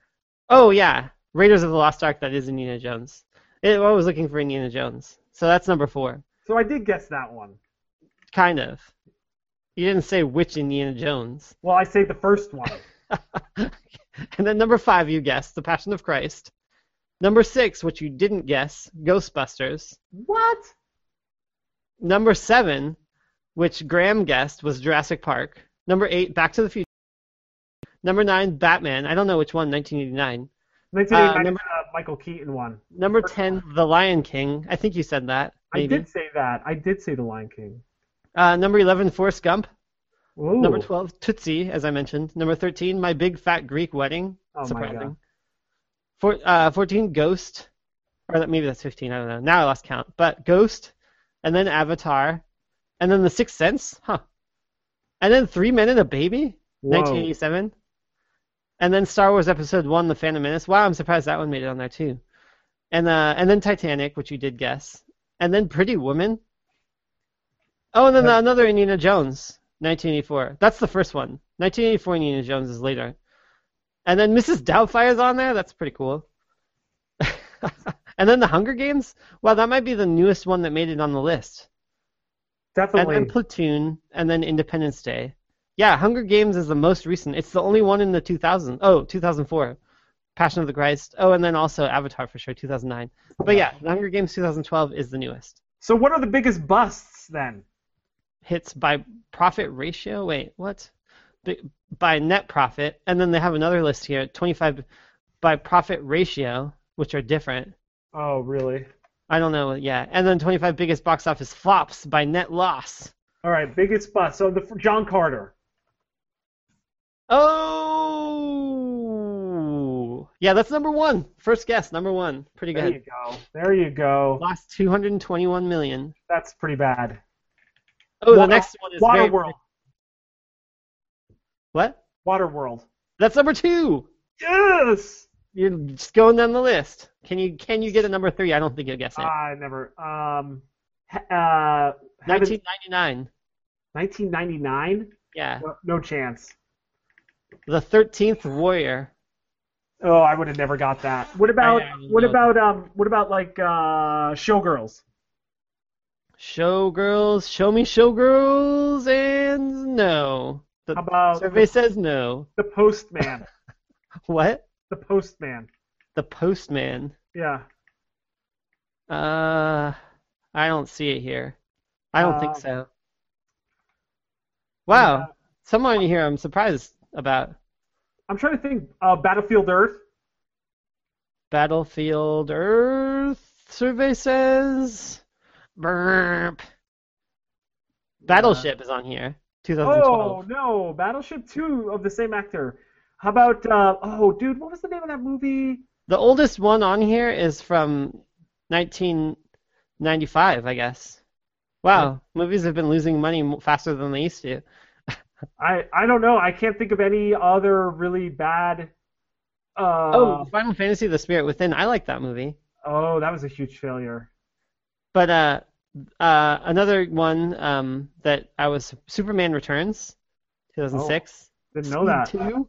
S2: oh yeah, Raiders of the Lost Ark. That is Indiana Jones. It, I was looking for Indiana Jones, so that's number four,
S1: so I did guess that one.
S2: kind of. You didn't say which Indiana Jones.
S1: Well, I say the first one.
S2: and then number five, you guessed The Passion of Christ. Number six, which you didn't guess, Ghostbusters.
S1: what?
S2: Number seven, which Graham guessed, was Jurassic Park. Number eight, Back to the Future. Number nine, Batman. I don't know which one, 1989.
S1: 1989
S2: Uh, number-
S1: uh, Michael Keaton one.
S2: Number ten, The Lion King. I think you said that. Maybe.
S1: I did say that. I did say The Lion King.
S2: Uh, number 11, Forrest Gump.
S1: Ooh.
S2: Number 12, Tootsie, as I mentioned. Number 13, My Big Fat Greek Wedding.
S1: Oh my God.
S2: Surprising. Four, uh, 14, Ghost. Or that, maybe that's 15, I don't know. Now I lost count. But Ghost, and then Avatar, and then The Sixth Sense. Huh. And then Three Men and a Baby,
S1: Whoa.
S2: 1987. And then Star Wars Episode 1, The Phantom Menace. Wow, I'm surprised that one made it on there, too. And, uh, and then Titanic, which you did guess. And then Pretty Woman. Oh, and then
S1: Yeah.
S2: another Indiana Jones, 1984. That's the first one. 1984 Indiana Jones is later. And then Mrs. Doubtfire's on there. That's pretty cool. and then The Hunger Games. Wow, that might be the newest one that made it on the list. And
S1: Definitely.
S2: then Platoon, and then Independence Day. Yeah, Hunger Games is the most recent. It's the only one in the 2000. Oh, 2004. Passion of the Christ. Oh, and then also Avatar for sure, 2009. But yeah, The Hunger Games 2012 is the newest.
S1: so what are the biggest busts then?
S2: hits by profit ratio. Wait, what? B- By net profit, and then they have another list here, 25 by profit ratio, which are different.
S1: Oh, really?
S2: I don't know. Yeah, and then 25 biggest box office flops by net loss.
S1: All right, biggest bust. So the John Carter.
S2: Oh Yeah, that's number one. First guess, number one. Pretty
S1: There you
S2: good.
S1: go. There you go.
S2: Lost 221 million.
S1: That's pretty bad.
S2: Oh, the
S1: Water-
S2: next one is very-
S1: Waterworld.
S2: What?
S1: Waterworld.
S2: That's number two.
S1: Yes.
S2: You're just going down the list. Can you can you get a number three? I don't think you'll guess it.
S1: Uh, I Ah, never. Um. he- Uh. Heaven-
S2: 1999.
S1: 1999.
S2: Yeah.
S1: No, no chance.
S2: The 13th Warrior.
S1: Oh, I would have never got that. What about
S2: I know.
S1: what about um what about like uh showgirls?
S2: Showgirls. Show me Showgirls. And no. The
S1: How about
S2: survey
S1: the,
S2: says no.
S1: the postman?
S2: What?
S1: the postman.
S2: The Postman.
S1: Yeah.
S2: Uh, I don't see it here. I don't think
S1: Um,
S2: so. Wow,
S1: Uh,
S2: someone here I'm surprised about.
S1: I'm trying to think. Uh, Battlefield Earth.
S2: Battlefield Earth survey says. Burp. Battleship is on here.
S1: Oh
S2: 2012.
S1: no, Battleship Two of the same actor. How about uh, oh dude, what was the name of that movie?
S2: The oldest one on here is from 1995, I guess. Wow, movies have been losing money mo- faster than they used to.
S1: I I don't know. I can't think of any other really bad. Uh,
S2: Oh, Final Fantasy: The Spirit Within. I like that movie.
S1: oh, that was a huge failure.
S2: But uh, uh, another one um, that I was Superman Returns, 2006.
S1: Didn't Oh, know that.
S2: Speed 2,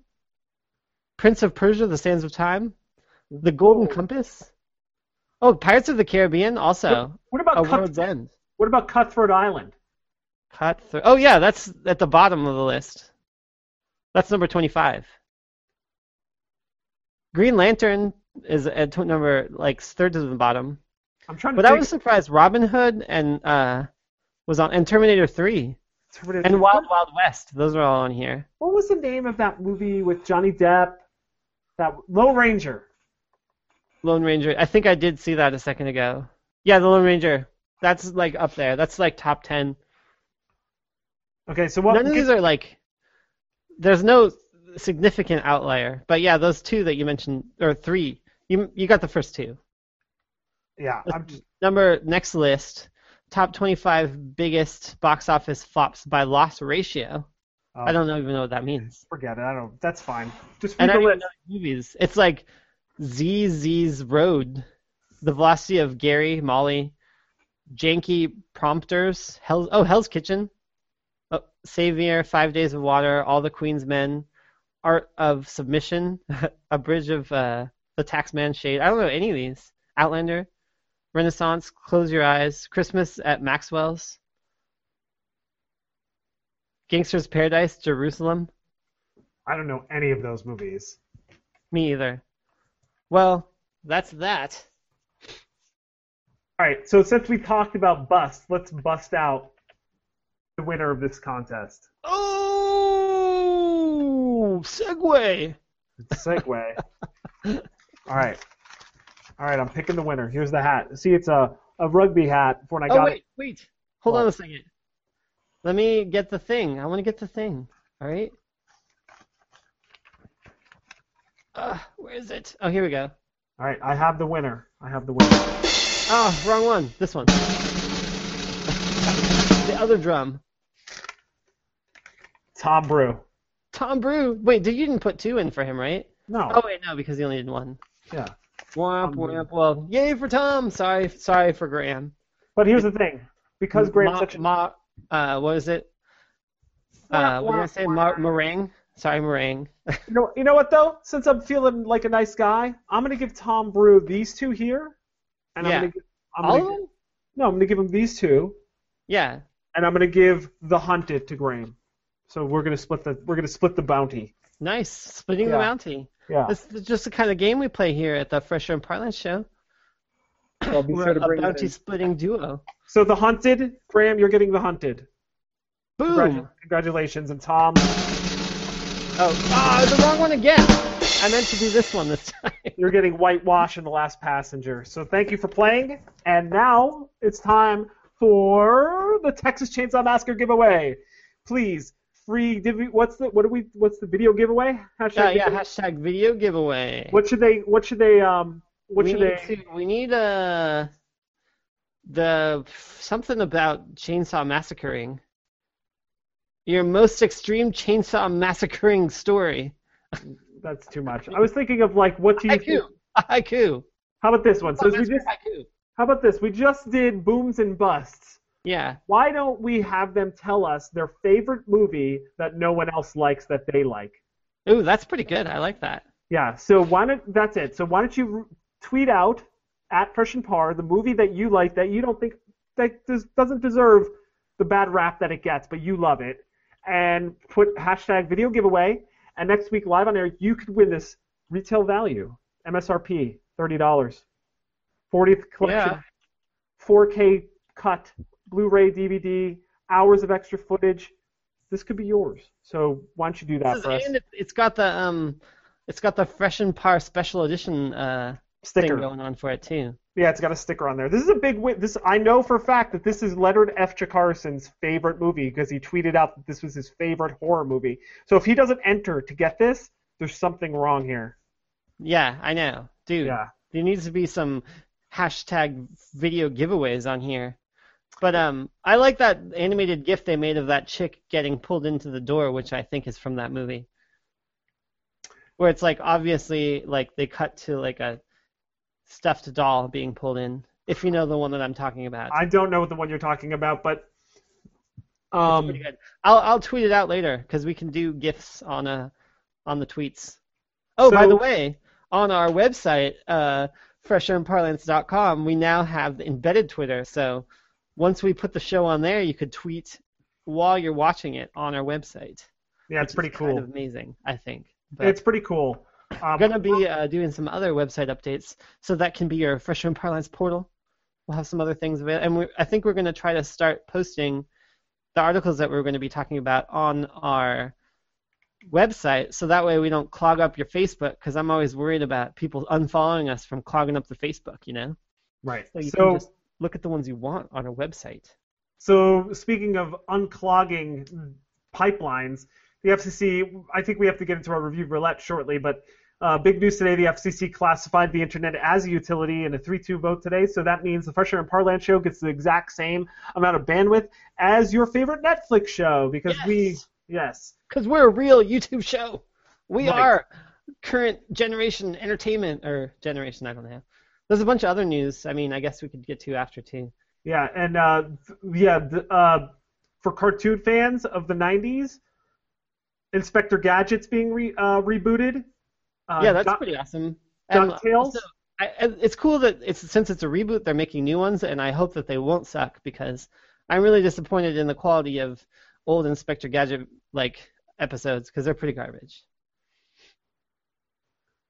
S2: Prince of Persia: The Sands of Time, The Golden
S1: Whoa.
S2: Compass. Oh, Pirates of the Caribbean also.
S1: What
S2: A
S1: about
S2: World's
S1: Cut,
S2: End.
S1: what about Cutthroat Island?
S2: Cutthroat. Oh yeah, that's at the bottom of the list. That's number 25. Green Lantern is at tw- number like third to the bottom.
S1: I'm trying to
S2: But I
S1: think.
S2: was surprised Robin Hood and uh was on and Terminator 3
S1: Terminator-
S2: and Wild Wild West. Those are all on here.
S1: What was the name of that movie with Johnny Depp? That Lone Ranger.
S2: Lone Ranger. I think I did see that a second ago. Yeah, the Lone Ranger. That's like up there. That's like top 10.
S1: Okay, so what?
S2: None of these are like there's no significant outlier. But yeah, those two that you mentioned or three. You you got the first two.
S1: yeah, I'm just
S2: Number next list. Top 25 biggest box office flops by loss ratio.
S1: oh,
S2: I don't even know what that means.
S1: forget it. I don't. That's fine. Just read
S2: and I
S1: the
S2: don't even
S1: list.
S2: know movies. It's like ZZ's Road, The Velocity of Gary, Molly, Janky Prompters, Hell, oh Hell's Kitchen, oh, Savior, Five Days of Water, All the Queen's Men, Art of Submission, A Bridge of uh, the Taxman Shade. I don't know any of these. Outlander, Renaissance, Close Your Eyes, Christmas at Maxwell's. Gangster's Paradise, Jerusalem.
S1: I don't know any of those movies.
S2: Me either. Well, that's that.
S1: All right, so since we talked about bust, let's bust out the winner of this contest.
S2: Oh, segue.
S1: Segway. All right. All right, I'm picking the winner. Here's the hat. See, it's a, a rugby hat for when I
S2: oh
S1: got
S2: wait,
S1: it.
S2: wait. Hold
S1: What?
S2: on a second. Let me get the thing. I want to get the thing. All right. Uh, where is it? Oh, here we go.
S1: All right, I have the winner. I have the winner.
S2: Oh, wrong one. This one. the other drum.
S1: Tom Brew.
S2: Tom Brew. Wait, did you didn't put two in for him, right?
S1: No.
S2: Oh wait, no, because he only did one.
S1: Yeah.
S2: Womp
S1: Brew.
S2: womp. Well, yay for Tom. Sorry, sorry for Graham.
S1: But here's the thing. Because Graham's
S2: Ma-
S1: such a...
S2: ma- uh, what is it? Uh, we're gonna say mar- meringue. Sorry, meringue.
S1: You know, you know what, though? Since I'm feeling like a nice guy, I'm going to give Tom Brew these two here. And
S2: Yeah.
S1: I'm going to give... I'm
S2: All
S1: gonna,
S2: of
S1: gi-
S2: them?
S1: No, I'm going to give him these two.
S2: Yeah.
S1: and I'm gonna give the hunted to Graham. So we're gonna split the we're gonna split the bounty.
S2: Nice. Splitting
S1: Yeah.
S2: the bounty.
S1: Yeah.
S2: This is just the kind of game we play here at the Fresh Air and Parlance show.
S1: So, be
S2: We're
S1: sure to
S2: a
S1: bring that
S2: bounty
S1: in.
S2: splitting duo.
S1: so the hunted, Graham, you're getting the hunted.
S2: Boom.
S1: Congratu- Congratulations, and Tom.
S2: Oh, ah, the wrong one again. I meant to do this one this time.
S1: You're getting whitewash in the last passenger. So thank you for playing. And now it's time for the Texas Chainsaw Massacre giveaway. Please free. Did we, what's the what do we? What's the video giveaway?
S2: Yeah,
S1: Hashtag
S2: Uh, Oh, yeah.
S1: giveaway?
S2: Hashtag video giveaway.
S1: What should they? What should they? Um, what
S2: we
S1: should
S2: need
S1: they?
S2: to- we need uh, the something about chainsaw massacring. Your most extreme chainsaw massacring story.
S1: That's too much. I was thinking of like, what do you?
S2: Haiku. A haiku.
S1: How about this one? So as we
S2: Massacre
S1: just,
S2: haiku.
S1: how about this? We just did booms and busts.
S2: Yeah.
S1: Why don't we have them tell us their favorite movie that no one else likes that they like?
S2: Ooh, that's pretty good. I like that.
S1: Yeah. So why don't that's it? So why don't you r- tweet out at Fresh and Par the movie that you like that you don't think that des- doesn't deserve the bad rap that it gets, but you love it, and put hashtag video giveaway. And next week live on air, you could win this retail value MSRP thirty dollars, 40th collection,
S2: Yeah.
S1: 4K cut, Blu-ray, DVD, hours of extra footage. This could be yours. So why don't you do that
S2: This is-
S1: for us?
S2: and it, it's got the um, it's got the fresh and par special edition uh
S1: Sticker.
S2: thing going on for it too.
S1: Yeah, it's got a sticker on there. This is a big win. This I know for a fact that this is Leonard F. Chikarson's favorite movie because he tweeted out that this was his favorite horror movie. So if he doesn't enter to get this, there's something wrong here.
S2: Yeah, I know, dude.
S1: Yeah.
S2: There needs to be some hashtag video giveaways on here. But um, I like that animated GIF they made of that chick getting pulled into the door, which I think is from that movie. Where it's like obviously like they cut to like a stuffed doll being pulled in. If you know the one that I'm talking about,
S1: I don't know the one you're talking about, but
S2: It's
S1: um,
S2: pretty good. I'll I'll tweet it out later because we can do gifs on uh on the tweets. Oh, by
S1: So-
S2: the way, on our website, uh, freshandparlance.com, we now have the embedded Twitter. So once we put the show on there, you could tweet while you're watching it on our website.
S1: yeah, it's
S2: which is
S1: pretty
S2: kind
S1: cool.
S2: of amazing, I think. But
S1: It's pretty cool.
S2: I'm
S1: Um,
S2: gonna be uh, doing some other website updates, so that can be your freshman parlance portal. We'll have some other things available, and we, I think we're gonna try to start posting the articles that we're gonna be talking about on our website, so that way we don't clog up your Facebook. Because I'm always worried about people unfollowing us from clogging up the Facebook. You know,
S1: right.
S2: so you
S1: So
S2: can just look at the ones you want on our website.
S1: So speaking of unclogging pipelines, the FCC, I think we have to get into our review roulette shortly, but uh, big news today, the FCC classified the internet as a utility in a 3-2 vote today, so that means the Fresh Air and Parlance show gets the exact same amount of bandwidth as your favorite Netflix show, because we, yes,
S2: because we're a real YouTube show. We
S1: Right.
S2: are current generation entertainment or generation. I don't know. There's a bunch of other news. I mean, I guess we could get to after too.
S1: yeah, and uh, th- yeah, the, uh, for cartoon fans of the 90s, Inspector Gadget's being re- uh, rebooted. Uh,
S2: yeah, that's
S1: Doc-
S2: pretty awesome. And uh,
S1: DuckTales.
S2: also, I, and it's cool that it's since it's a reboot, they're making new ones, and I hope that they won't suck because I'm really disappointed in the quality of old Inspector Gadget like episodes because they're pretty garbage.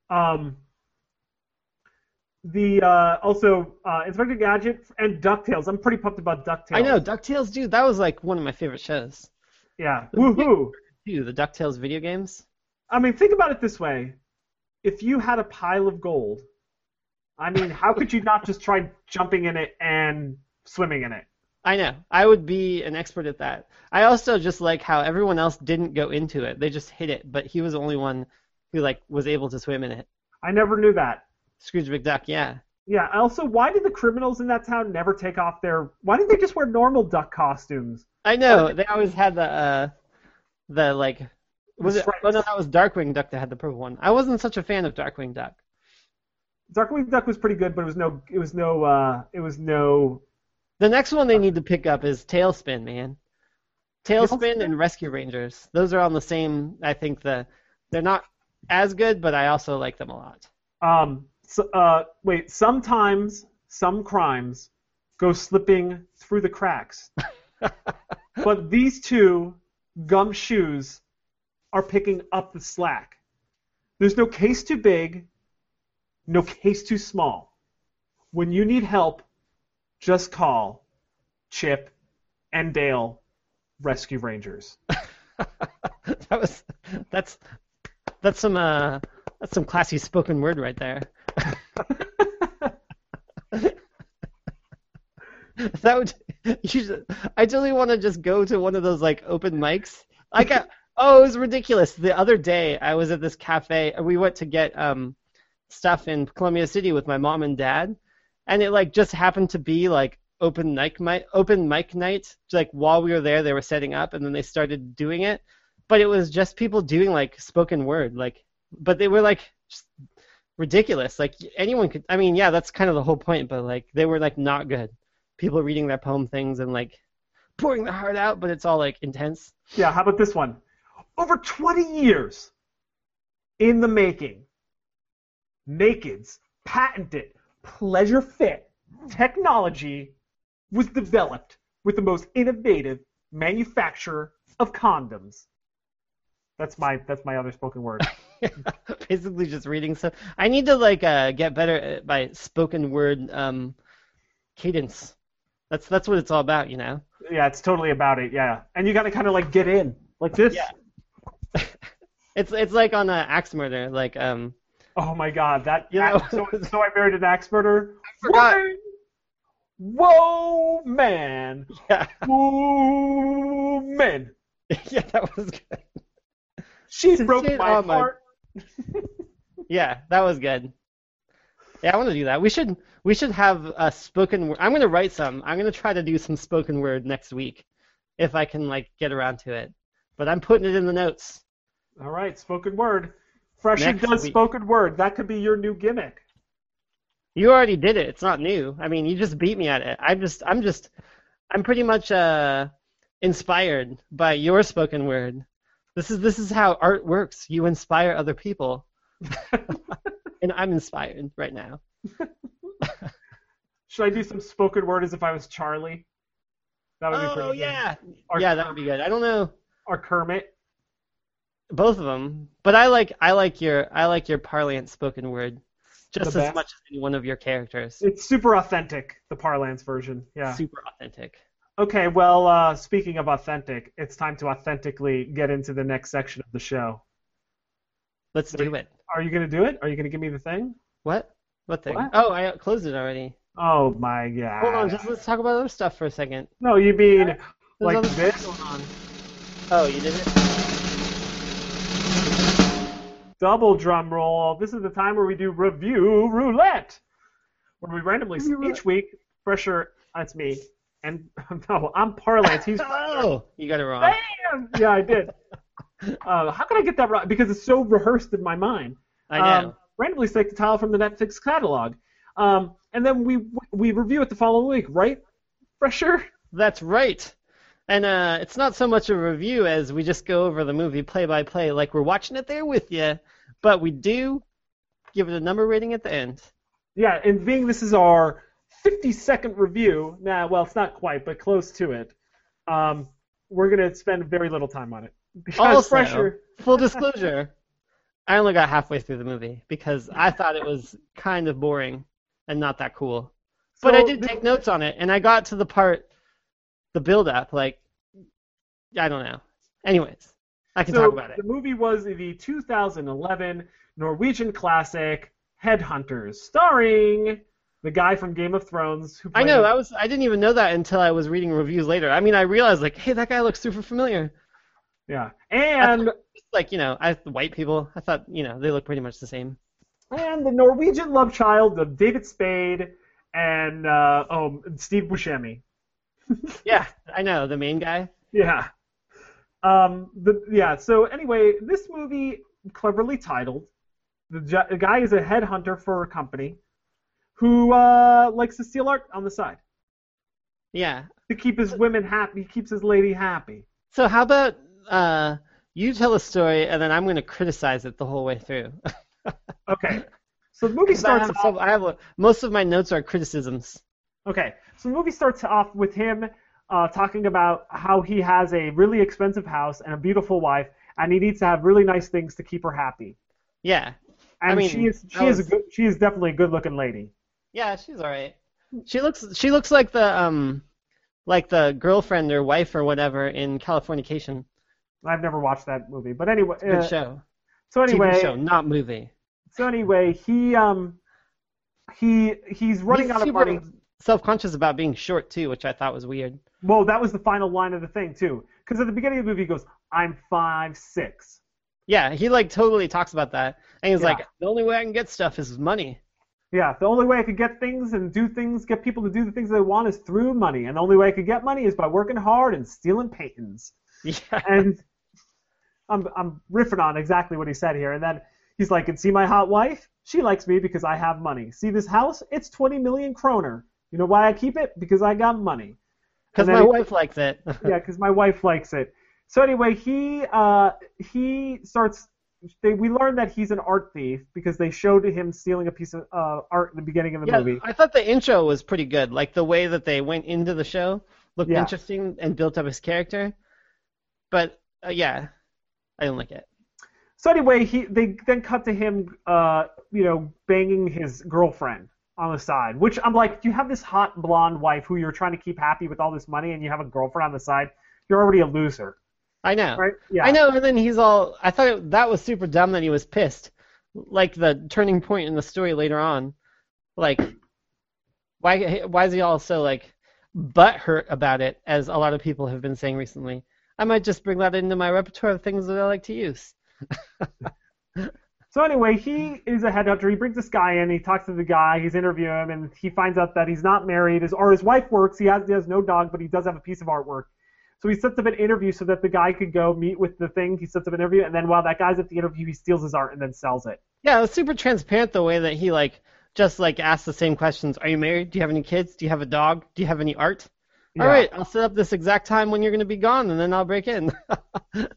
S1: Um, the uh, also uh, Inspector Gadget and Ducktales. I'm pretty pumped about Ducktales.
S2: I know Ducktales, dude. That was like one of my favorite shows.
S1: Yeah. Woohoo!
S2: Too the Ducktales video games.
S1: I mean, think about it this way: if you had a pile of gold, I mean, how could you not just try jumping in it and swimming in it?
S2: I know. I would be an expert at that. I also just like how everyone else didn't go into it. They just hit it, but he was the only one who like was able to swim in it.
S1: I never knew that.
S2: Scrooge McDuck, yeah.
S1: Yeah. Also, why did the criminals in that town never take off their? Why didn't they just wear normal duck costumes?
S2: I know. They always had the uh the like was it
S1: Stripes.
S2: oh no, that was Darkwing Duck that had the purple one. I wasn't such a fan of Darkwing Duck.
S1: Darkwing Duck was pretty good, but it was no, it was no, uh, it was no.
S2: The next one they need to pick up is Tailspin, man. Tailspin,
S1: Tailspin?
S2: and Rescue Rangers. Those are on the same I think the they're not as good, but I also like them a lot.
S1: Um, so, uh, wait, sometimes some crimes go slipping through the cracks. but these two gum shoes are picking up the slack. There's no case too big, no case too small. When you need help, just call Chip and Dale Rescue Rangers.
S2: that was that's that's some uh that's some classy spoken word right there. that would you should, I totally want to just go to one of those like open mics Like, I, oh, it was ridiculous. The other day, I was at this cafe. and We went to get um, stuff in Columbia City with my mom and dad, and it like just happened to be like open mic night, open mic night. Like while we were there, they were setting up, and then they started doing it. But it was just people doing like spoken word, like, but they were like just ridiculous. Like anyone could. I mean, yeah, that's kind of the whole point. But like they were like not good. People reading their poem things and like pouring their heart out, but it's all like intense.
S1: Yeah, how about this one? Over 20 years in the making. Naked's patented pleasure fit technology was developed with the most innovative manufacturer of condoms. That's my that's my other spoken word.
S2: Basically, just reading stuff. I need to like uh, get better at my spoken word um, cadence. That's that's what it's all about, you know.
S1: yeah, it's totally about it. Yeah, and you got to kind of like get in like this.
S2: Yeah. It's it's like on uh, Axe Murder, like um.
S1: Oh my God, that
S2: You know-
S1: so, so I married an axe murderer.
S2: forgot.
S1: Woman. Whoa, man!
S2: Yeah,
S1: Whoa, man!
S2: yeah, that was good.
S1: She broke
S2: shit
S1: my
S2: on my-
S1: heart.
S2: Yeah, that was good. Yeah, I want to do that. We should we should have a spoken word. I'm gonna write some. I'm gonna try to do some spoken word next week, if I can like get around to it. But I'm putting it in the notes.
S1: All right, spoken word. Fresher
S2: Next
S1: does
S2: week.
S1: spoken word. That could be your new gimmick.
S2: You already did it. It's not new. I mean, you just beat me at it. I just I'm just I'm pretty much uh inspired by your spoken word. This is this is how art works. You inspire other people. and I'm inspired right now.
S1: Should I do some spoken word as if I was Charlie? That would be pretty.
S2: Oh
S1: good.
S2: yeah.
S1: Or
S2: Yeah, that would be good. I don't know
S1: Or Kermit.
S2: both of them, but I like I like your I like your parlance spoken word just
S1: The
S2: as
S1: best.
S2: much as any one of your characters.
S1: It's super authentic, the Parlance version. Yeah.
S2: Super authentic.
S1: Okay, well, uh, speaking of authentic, it's time to authentically get into the next section of the show.
S2: Let's do it.
S1: Are you going to do it? Are you going to give me the thing?
S2: What? What thing?
S1: What?
S2: Oh, I closed it already.
S1: Oh my god.
S2: Hold on, just let's talk about other stuff for a second.
S1: No, you mean
S2: There's
S1: like
S2: other stuff
S1: this?
S2: going on. Oh, you did it?
S1: Double drum roll. This is the time where we do review roulette, where we randomly
S2: Review roulette.
S1: each week. Fresher, that's me, and no, I'm Parlance. He's
S2: Oh, you got it wrong.
S1: Bam! Yeah, I did. Uh, how can I get that right? Because it's so rehearsed in my mind.
S2: I know.
S1: Um, randomly select a tile from the Netflix catalog, um, and then we we review it the following week, right? Fresher.
S2: That's right. And uh, it's not so much a review as we just go over the movie play by play like we're watching it there with you, but we do give it a number rating at the end.
S1: Yeah, and being this is our 50-second review, nah, well, it's not quite, but close to it. Um, we're gonna spend very little time on it because
S2: Also,
S1: Fresher.
S2: full disclosure, I only got halfway through the movie because I thought it was kind of boring and not that cool. But I
S1: So
S2: did
S1: this-
S2: take notes on it, and I got to the part, the build up, like, I don't know. Anyways, I can
S1: so
S2: talk about it.
S1: The movie was the 2011 Norwegian classic Headhunters, starring the guy from Game of Thrones who
S2: I
S1: played
S2: know. I was. I didn't even know that until I was reading reviews later. I mean, I realized like, hey, that guy looks super familiar.
S1: yeah, and
S2: Just like you know, I white people. I thought you know they look pretty much the same.
S1: and the Norwegian love child of David Spade and uh, oh Steve Buscemi.
S2: Yeah, I know the main guy.
S1: Yeah. Um, the, yeah, so anyway, this movie, cleverly titled, the, ju- the guy is a headhunter for a company who uh, likes to steal art on the side
S2: Yeah.
S1: to keep his women happy. He keeps his lady happy.
S2: So how about uh, you tell a story and then I'm going to criticize it the whole way through.
S1: Okay. So the movie
S2: I
S1: starts
S2: have,
S1: off.
S2: some, I have a- most of my notes are criticisms.
S1: Okay, so the movie starts off with him uh, talking about how he has a really expensive house and a beautiful wife, and he needs to have really nice things to keep her happy.
S2: Yeah.
S1: And
S2: I mean,
S1: she is
S2: that
S1: she is a
S2: was-
S1: good, she is definitely a good-looking lady.
S2: Yeah, she's all right. She looks she looks like the um like the girlfriend or wife or whatever in Californication.
S1: I've never watched that movie, but anyway,
S2: Good
S1: uh,
S2: show.
S1: so
S2: TV
S1: anyway,
S2: show, not movie.
S1: so anyway, he um, he he's running
S2: He's
S1: out of
S2: super
S1: money.
S2: Self-conscious about being short too, which I thought was weird.
S1: Well, that was the final line of the thing too, because at the beginning of the movie he goes, I'm five six.
S2: Yeah, he like totally talks about that, and he's
S1: Yeah.
S2: like, the only way I can get stuff is with money.
S1: Yeah, the only way I could get things and do things, get people to do the things they want is through money, and the only way I could get money is by working hard and stealing patents.
S2: Yeah,
S1: and I'm I'm riffing on exactly what he said here. And then he's like, and see my hot wife? She likes me because I have money. See this house? It's 20 million kroner. You know why I keep it? Because I got money.
S2: because
S1: And then
S2: my
S1: he-
S2: wife likes it.
S1: yeah, because my wife likes it. So anyway, he uh, he starts. They, we learned that he's an art thief because they showed him stealing a piece of uh, art in the beginning of the
S2: yeah,
S1: movie.
S2: I thought the intro was pretty good. Like the way that they went into the show looked
S1: Yeah.
S2: interesting and built up his character. But uh, yeah, I didn't like it.
S1: So anyway, he they then cut to him, uh, you know, banging his girlfriend on the side. Which I'm like, you have this hot blonde wife who you're trying to keep happy with all this money, and you have a girlfriend on the side. You're already a loser,
S2: I know.
S1: right? Yeah.
S2: I know. And then he's all. I thought it, that was super dumb that he was pissed. Like the turning point in the story later on. Like, why why is he all so like butthurt about it? As a lot of people have been saying recently. I might just bring that into my repertoire of things that I like to use.
S1: So anyway, he is a headhunter. He brings this guy in. He talks to the guy. He's interviewing him, and he finds out that he's not married. His or his wife works. He has he has no dog, but he does have a piece of artwork. So he sets up an interview so that the guy could go meet with the thing. He sets up an interview, and then while that guy's at the interview, he steals his art and then sells it.
S2: Yeah, it was super transparent the way that he like just like asked the same questions. Are you married? Do you have any kids? Do you have a dog? Do you have any art? All
S1: Yeah.
S2: right, I'll set up this exact time when you're gonna be gone, and then I'll break in.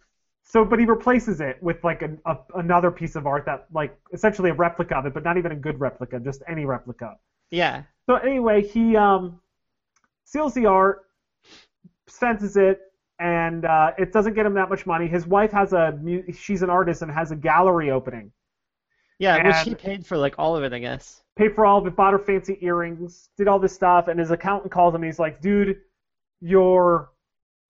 S1: So, but he replaces it with like a, a, another piece of art that, like, essentially a replica of it, but not even a good replica, just any replica.
S2: yeah,
S1: So anyway, he um, steals the art, fences it, and uh, it doesn't get him that much money. His wife has a, mu- she's an artist and has a gallery opening.
S2: yeah, which he
S1: And-
S2: paid for like all of it, I guess.
S1: Paid for all of it, bought her fancy earrings, did all this stuff, and his accountant calls him. and He's like, dude, you're,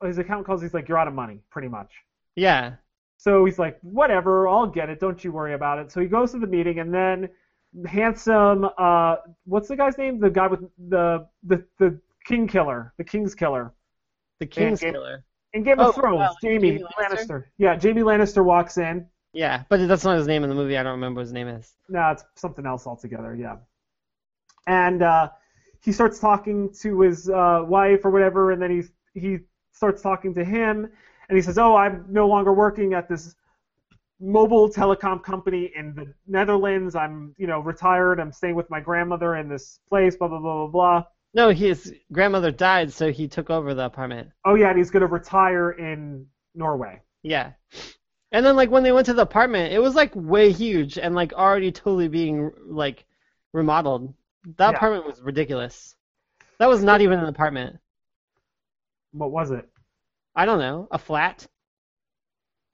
S1: his accountant calls. He's like, you're out of money, pretty much.
S2: Yeah,
S1: So he's like, whatever, I'll get it. Don't you worry about it. So he goes to the meeting, and then handsome, uh, what's the guy's name? The guy with the the the king killer, the king's killer,
S2: the King's
S1: it-
S2: Killer.
S1: in Game of
S2: Oh,
S1: Thrones,
S2: wow,
S1: Jamie,
S2: Jamie
S1: Lannister.
S2: Lannister?
S1: Yeah, Jamie Lannister walks in.
S2: Yeah, but that's not his name in the movie. I don't remember what his name is.
S1: No, it's something else altogether. Yeah, and uh, he starts talking to his uh, wife or whatever, and then he he starts talking to him, and he says, "Oh, I'm no longer working at this mobile telecom company in the Netherlands. I'm you know retired. I'm staying with my grandmother in this place. Blah blah blah blah blah.
S2: No, his grandmother died, so he took over the apartment.
S1: Oh yeah, and he's gonna retire in Norway.
S2: Yeah. And then like when they went to the apartment, it was like way huge and like already totally being like remodeled. That
S1: Yeah.
S2: apartment was ridiculous. That was not even an apartment.
S1: What was it?
S2: I don't know, a flat.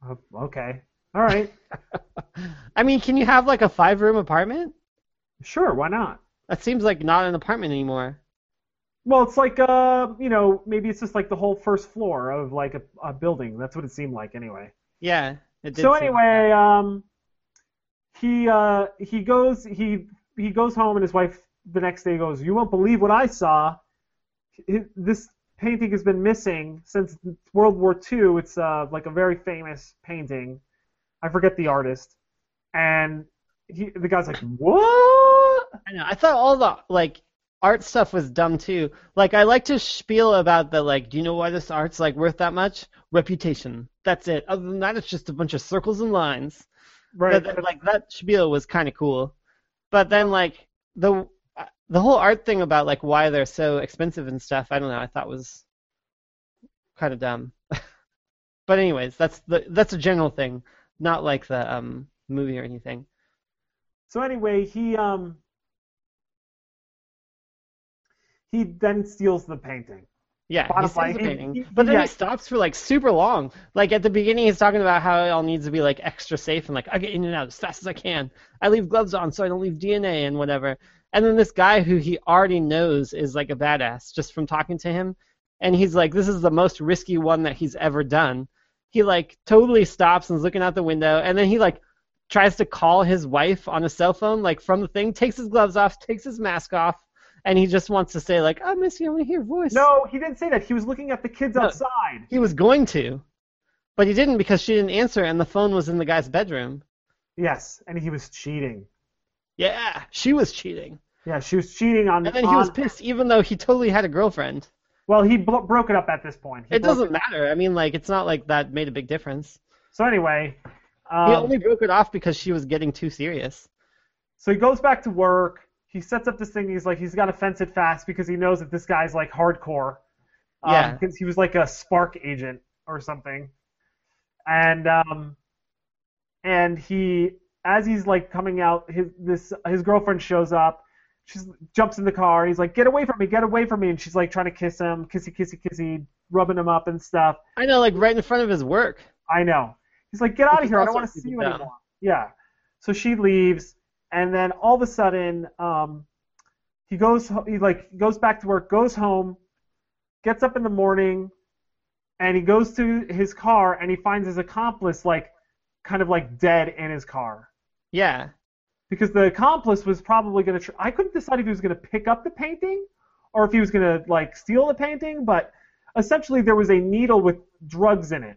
S1: Oh, okay, all right,
S2: I mean, can you have like a five-room apartment?
S1: sure, why not?"
S2: That seems like not an apartment anymore.
S1: Well, it's like uh, you know, maybe it's just like the whole first floor of like a, a building. That's what it seemed like anyway.
S2: Yeah, it
S1: So
S2: did seem like that.
S1: anyway, um, he uh, he goes he he goes home and his wife the next day goes, "You won't believe what I saw. Hi- This painting has been missing since World War II. It's uh, like a very famous painting. I forget the artist." And he, the guy's like, "What?"
S2: I know. I thought all the like art stuff was dumb too. Like I like to spiel about the like, do you know why this art's like worth that much? Reputation. That's it. Other than that, it's just a bunch of circles and lines.
S1: Right.
S2: But, like that spiel was kind of cool. But then like the the whole art thing about like why they're so expensive and stuff, I don't know. I thought was kind of dumb. but anyways, that's the that's a general thing, not like the um movie or anything.
S1: So anyway, he um he then steals the painting.
S2: Yeah,
S1: Bottom
S2: he
S1: line,
S2: stays
S1: he-
S2: debating.
S1: he-
S2: but then
S1: yeah.
S2: he stops for like super long. Like at the beginning, he's talking about how it all needs to be like extra safe and like I get in and out as fast as I can. I leave gloves on so I don't leave DNA and whatever. And then this guy who he already knows is like a badass just from talking to him, and he's like, this is the most risky one that he's ever done. He like totally stops and's looking out the window, and then he like tries to call his wife on a cell phone like from the thing, takes his gloves off, takes his mask off. And he just wants to say like, "I miss you. I want to hear your voice."
S1: No, he didn't say that. He was looking at the kids
S2: No.
S1: outside.
S2: He was going to. But he didn't because she didn't answer, and the phone was in the guy's bedroom.
S1: Yes, and he was cheating.
S2: Yeah, she was cheating.
S1: Yeah, she was cheating on.
S2: And then he
S1: on-
S2: was pissed, even though he totally had a girlfriend.
S1: Well, he blo- broke it up at this point. He
S2: It
S1: broke
S2: doesn't matter. I mean, like, it's not like that made a big difference.
S1: So anyway,
S2: he
S1: um,
S2: only broke it off because she was getting too serious.
S1: so he goes back to work. He sets up this thing. He's like, he's got to fence it fast because he knows that this guy's like hardcore. Um,
S2: Yeah.
S1: Because he was like a spark agent or something, and um, and he as he's like coming out, his this his girlfriend shows up. She jumps in the car. And he's like, get away from me, get away from me, and she's like trying to kiss him, kissy, kissy, kissy, rubbing him up and stuff.
S2: I know, like, right in front of his work.
S1: I know. He's like, get out of
S2: Which
S1: here. I don't
S2: also
S1: want to see you
S2: creepy, yeah.
S1: anymore. Yeah. So she leaves, and then all of a sudden, um, he goes. ho- He like goes back to work, goes home, gets up in the morning, and he goes to his car, and he finds his accomplice like, kind of like dead in his car.
S2: Yeah.
S1: Because the accomplice was probably gonna. Tr- I couldn't decide if he was gonna pick up the painting, or if he was gonna like steal the painting. But essentially, there was a needle with drugs in it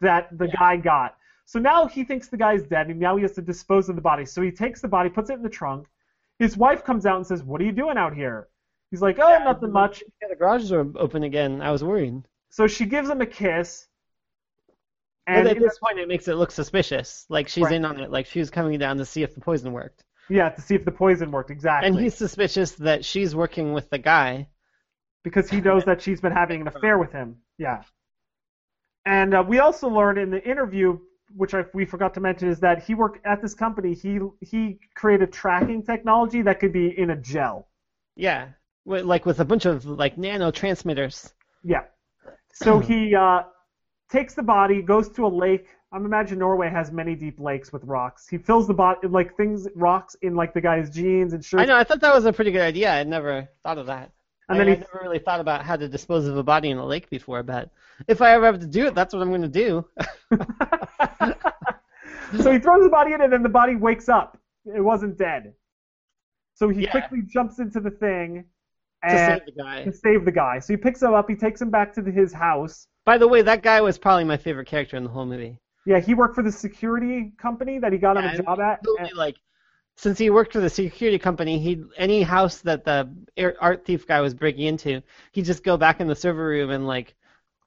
S1: that the
S2: Yeah.
S1: guy got. So now he thinks the guy's dead, and now he has to dispose of the body. So he takes the body, puts it in the trunk. His wife comes out and says, "What are you doing out here?" He's like, "Oh, nothing much."
S2: Yeah, the garages are open again. I was worried.
S1: So she gives him a kiss,
S2: And
S1: and
S2: at this point, it makes it look suspicious. Like, she's
S1: Right.
S2: in on it. Like, she's coming down to see if the poison worked.
S1: yeah, to see if the poison worked exactly.
S2: And he's suspicious that she's working with the guy.
S1: because he knows that she's been having an affair with him. Yeah. And uh, we also learned in the interview, which I, we forgot to mention, is that he worked at this company. He he created tracking technology that could be in a gel.
S2: Yeah. With, like, with a bunch of, like, nanotransmitters.
S1: Yeah. So
S2: Hmm.
S1: he uh, takes the body, goes to a lake. I'm imagine Norway has many deep lakes with rocks. He fills the body like things rocks in like the guy's jeans and shirts.
S2: I know, I thought that was a pretty good idea. I never thought of that.
S1: And
S2: I,
S1: then
S2: I
S1: he
S2: never really thought about how to dispose of a body in a lake before, but if I ever have to do it, that's what I'm going to do.
S1: so he throws the body in, and then the body wakes up. It wasn't dead. So he
S2: Yeah.
S1: quickly jumps into the thing
S2: to
S1: and
S2: save the guy.
S1: to save the guy. So he picks him up. He takes him back to the, his house.
S2: By the way, that guy was probably my favorite character in the whole movie.
S1: Yeah, he worked for the security company that he got
S2: Yeah,
S1: him a
S2: and
S1: job at.
S2: Totally,
S1: and-
S2: like, since he worked for the security company, he any house that the air- art thief guy was breaking into, he'd just go back in the server room and like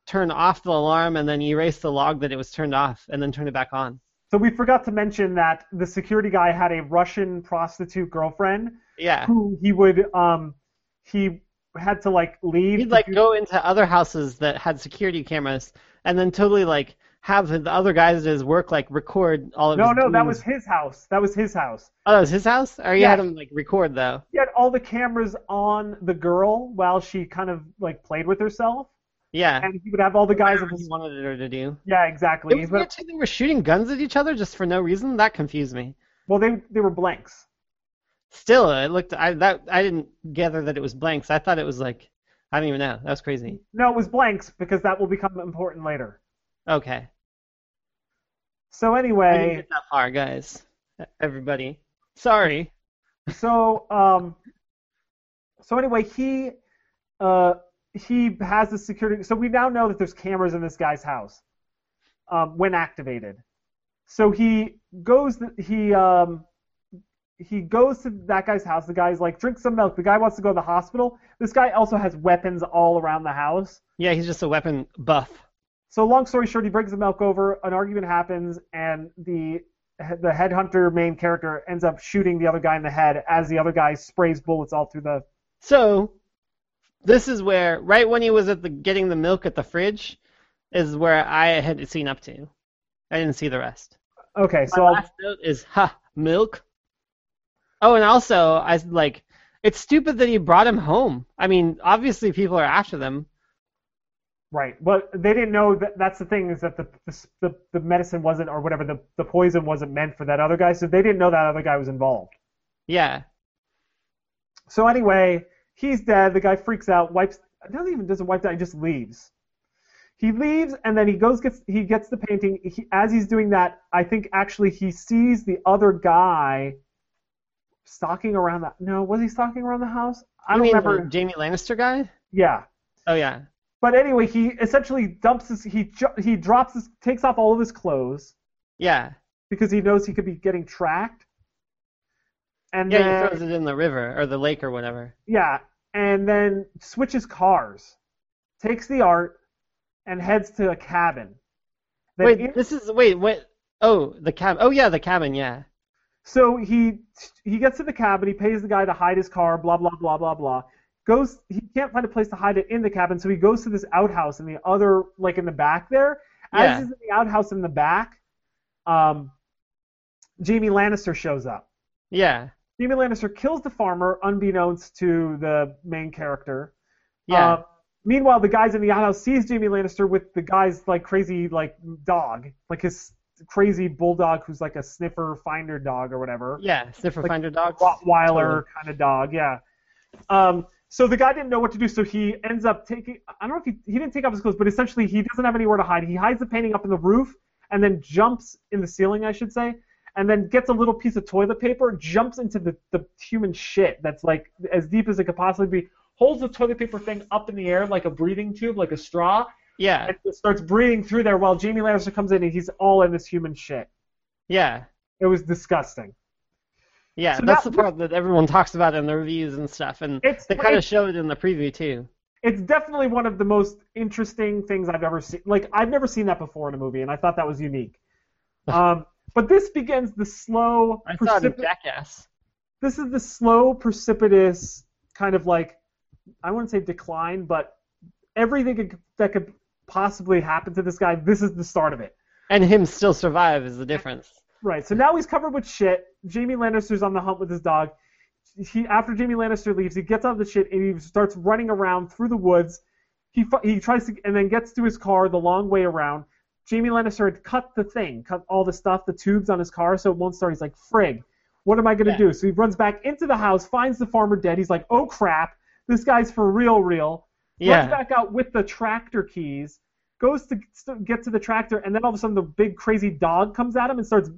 S2: turn off the alarm and then erase the log that it was turned off and then turn it back on.
S1: so we forgot to mention that the security guy had a Russian prostitute girlfriend
S2: Yeah,
S1: who he would um he had to like leave.
S2: he'd
S1: to
S2: like
S1: do-
S2: go into other houses that had security cameras and then totally like have the other guys at his work like record all of
S1: No,
S2: his
S1: no, that
S2: doings.
S1: was his house. That was his house.
S2: oh, that was his house. Or he
S1: Yeah.
S2: had him like record though.
S1: He had all the cameras on the girl while she kind of like played with herself.
S2: Yeah.
S1: and he would have all the guys of
S2: whatever
S1: his.
S2: he wanted her to do.
S1: Yeah,
S2: It
S1: exactly.
S2: was
S1: He would-
S2: weird too. They were shooting guns at each other just for no reason. That confused me.
S1: well, they they were blanks.
S2: Still, uh, it looked. I that I didn't gather that it was blanks. I thought it was like I don't even know. That was crazy.
S1: No, it was blanks because that will become important later.
S2: Okay.
S1: So
S2: I didn't
S1: anyway,
S2: get that far, guys. e-, Everybody. Sorry.
S1: so um, so anyway, he uh he has the security. So we now know that there's cameras in this guy's house um, when activated. So he goes. th- He um. He goes to that guy's house. The guy's like, drink some milk. The guy wants to go to the hospital. This guy also has weapons all around the house.
S2: Yeah, he's just a weapon buff.
S1: So long story short, he brings the milk over. An argument happens, and the the headhunter main character ends up shooting the other guy in the head as the other guy sprays bullets all through the.
S2: So this is where right when he was at the getting the milk at the fridge is where I had seen up to. I didn't see the rest.
S1: Okay,
S2: My
S1: so
S2: last note is ha milk. Oh, and also I s- like it's stupid that he brought him home. I mean, obviously people are after them.
S1: right, but they didn't know that. That's the thing is that the the, the medicine wasn't or whatever the, the poison wasn't meant for that other guy, so they didn't know that other guy was involved.
S2: Yeah,
S1: So anyway, he's dead. The guy freaks out, wipes. Doesn't even doesn't wipe down. He just leaves. He leaves, and then he goes gets he gets the painting. He, as he's doing that, I think actually he sees the other guy stalking around the. No, was he stalking around the house? I
S2: You
S1: don't
S2: mean
S1: remember.
S2: the Jamie Lannister guy.
S1: Yeah.
S2: Oh yeah,
S1: But anyway, he essentially dumps his he ju- he drops his takes off all of his clothes
S2: Yeah.
S1: because he knows he could be getting tracked. And
S2: Yeah,
S1: then,
S2: he throws it in the river or the lake or whatever.
S1: Yeah, and then switches cars, takes the art, and heads to a cabin. Then
S2: Wait,
S1: in-
S2: this is wait, what oh, the cabin oh yeah, the cabin, yeah.
S1: so he he gets to the cabin. He pays the guy to hide his car. Blah blah blah blah blah. Goes. He can't find a place to hide it in the cabin, so he goes to this outhouse in the other, like in the back there. As
S2: Yeah.
S1: is in the outhouse in the back, um, Jamie Lannister shows up.
S2: Yeah.
S1: Jamie Lannister kills the farmer, unbeknownst to the main character.
S2: Yeah.
S1: Uh, meanwhile, the guys in the outhouse sees Jamie Lannister with the guy's like crazy like dog, like his crazy bulldog who's like a sniffer finder dog or whatever,
S2: yeah, sniffer
S1: like,
S2: finder dogs.
S1: Rottweiler
S2: Totally.
S1: kind of dog, yeah. Um, so the guy didn't know what to do, so he ends up taking. I don't know if he he didn't take off his clothes, but essentially he doesn't have anywhere to hide. He hides the painting up in the roof and then jumps in the ceiling, I should say. And then gets a little piece of toilet paper, jumps into the, the human shit that's like as deep as it could possibly be, holds the toilet paper thing up in the air like a breathing tube, like a straw,
S2: Yeah.
S1: and just starts breathing through there while Jamie Lannister comes in and he's all in this human shit.
S2: Yeah.
S1: It was disgusting.
S2: Yeah,
S1: So
S2: that's
S1: that-
S2: the part that everyone talks about in the reviews and stuff, and
S1: It's
S2: they kind of
S1: it's,
S2: showed it in the preview too.
S1: it's definitely one of the most interesting things I've ever seen. Like I've never seen that before in a movie, and I thought that was unique. Um, but this begins the slow,
S2: I saw it in
S1: precip-
S2: Jackass.
S1: this is the slow, precipitous kind of like I wouldn't say decline, but everything that could- that could possibly happen to this guy. This is the start of it.
S2: And him still survive is the difference.
S1: Right. So now he's covered with shit. Jamie Lannister's on the hunt with his dog. He after Jamie Lannister leaves, he gets out of the shit and he starts running around through the woods. He fi- he tries to and then gets to his car the long way around. Jamie Lannister had cut the thing, cut all the stuff, the tubes on his car, so it won't start. He's like, "Frig, what am I gonna
S2: Yeah.
S1: do?" So he runs back into the house, finds the farmer dead. He's like, "Oh crap, this guy's for real, real." runs
S2: Yeah.
S1: back out with the tractor keys, goes to st- get to the tractor, and then all of a sudden the big crazy dog comes at him and starts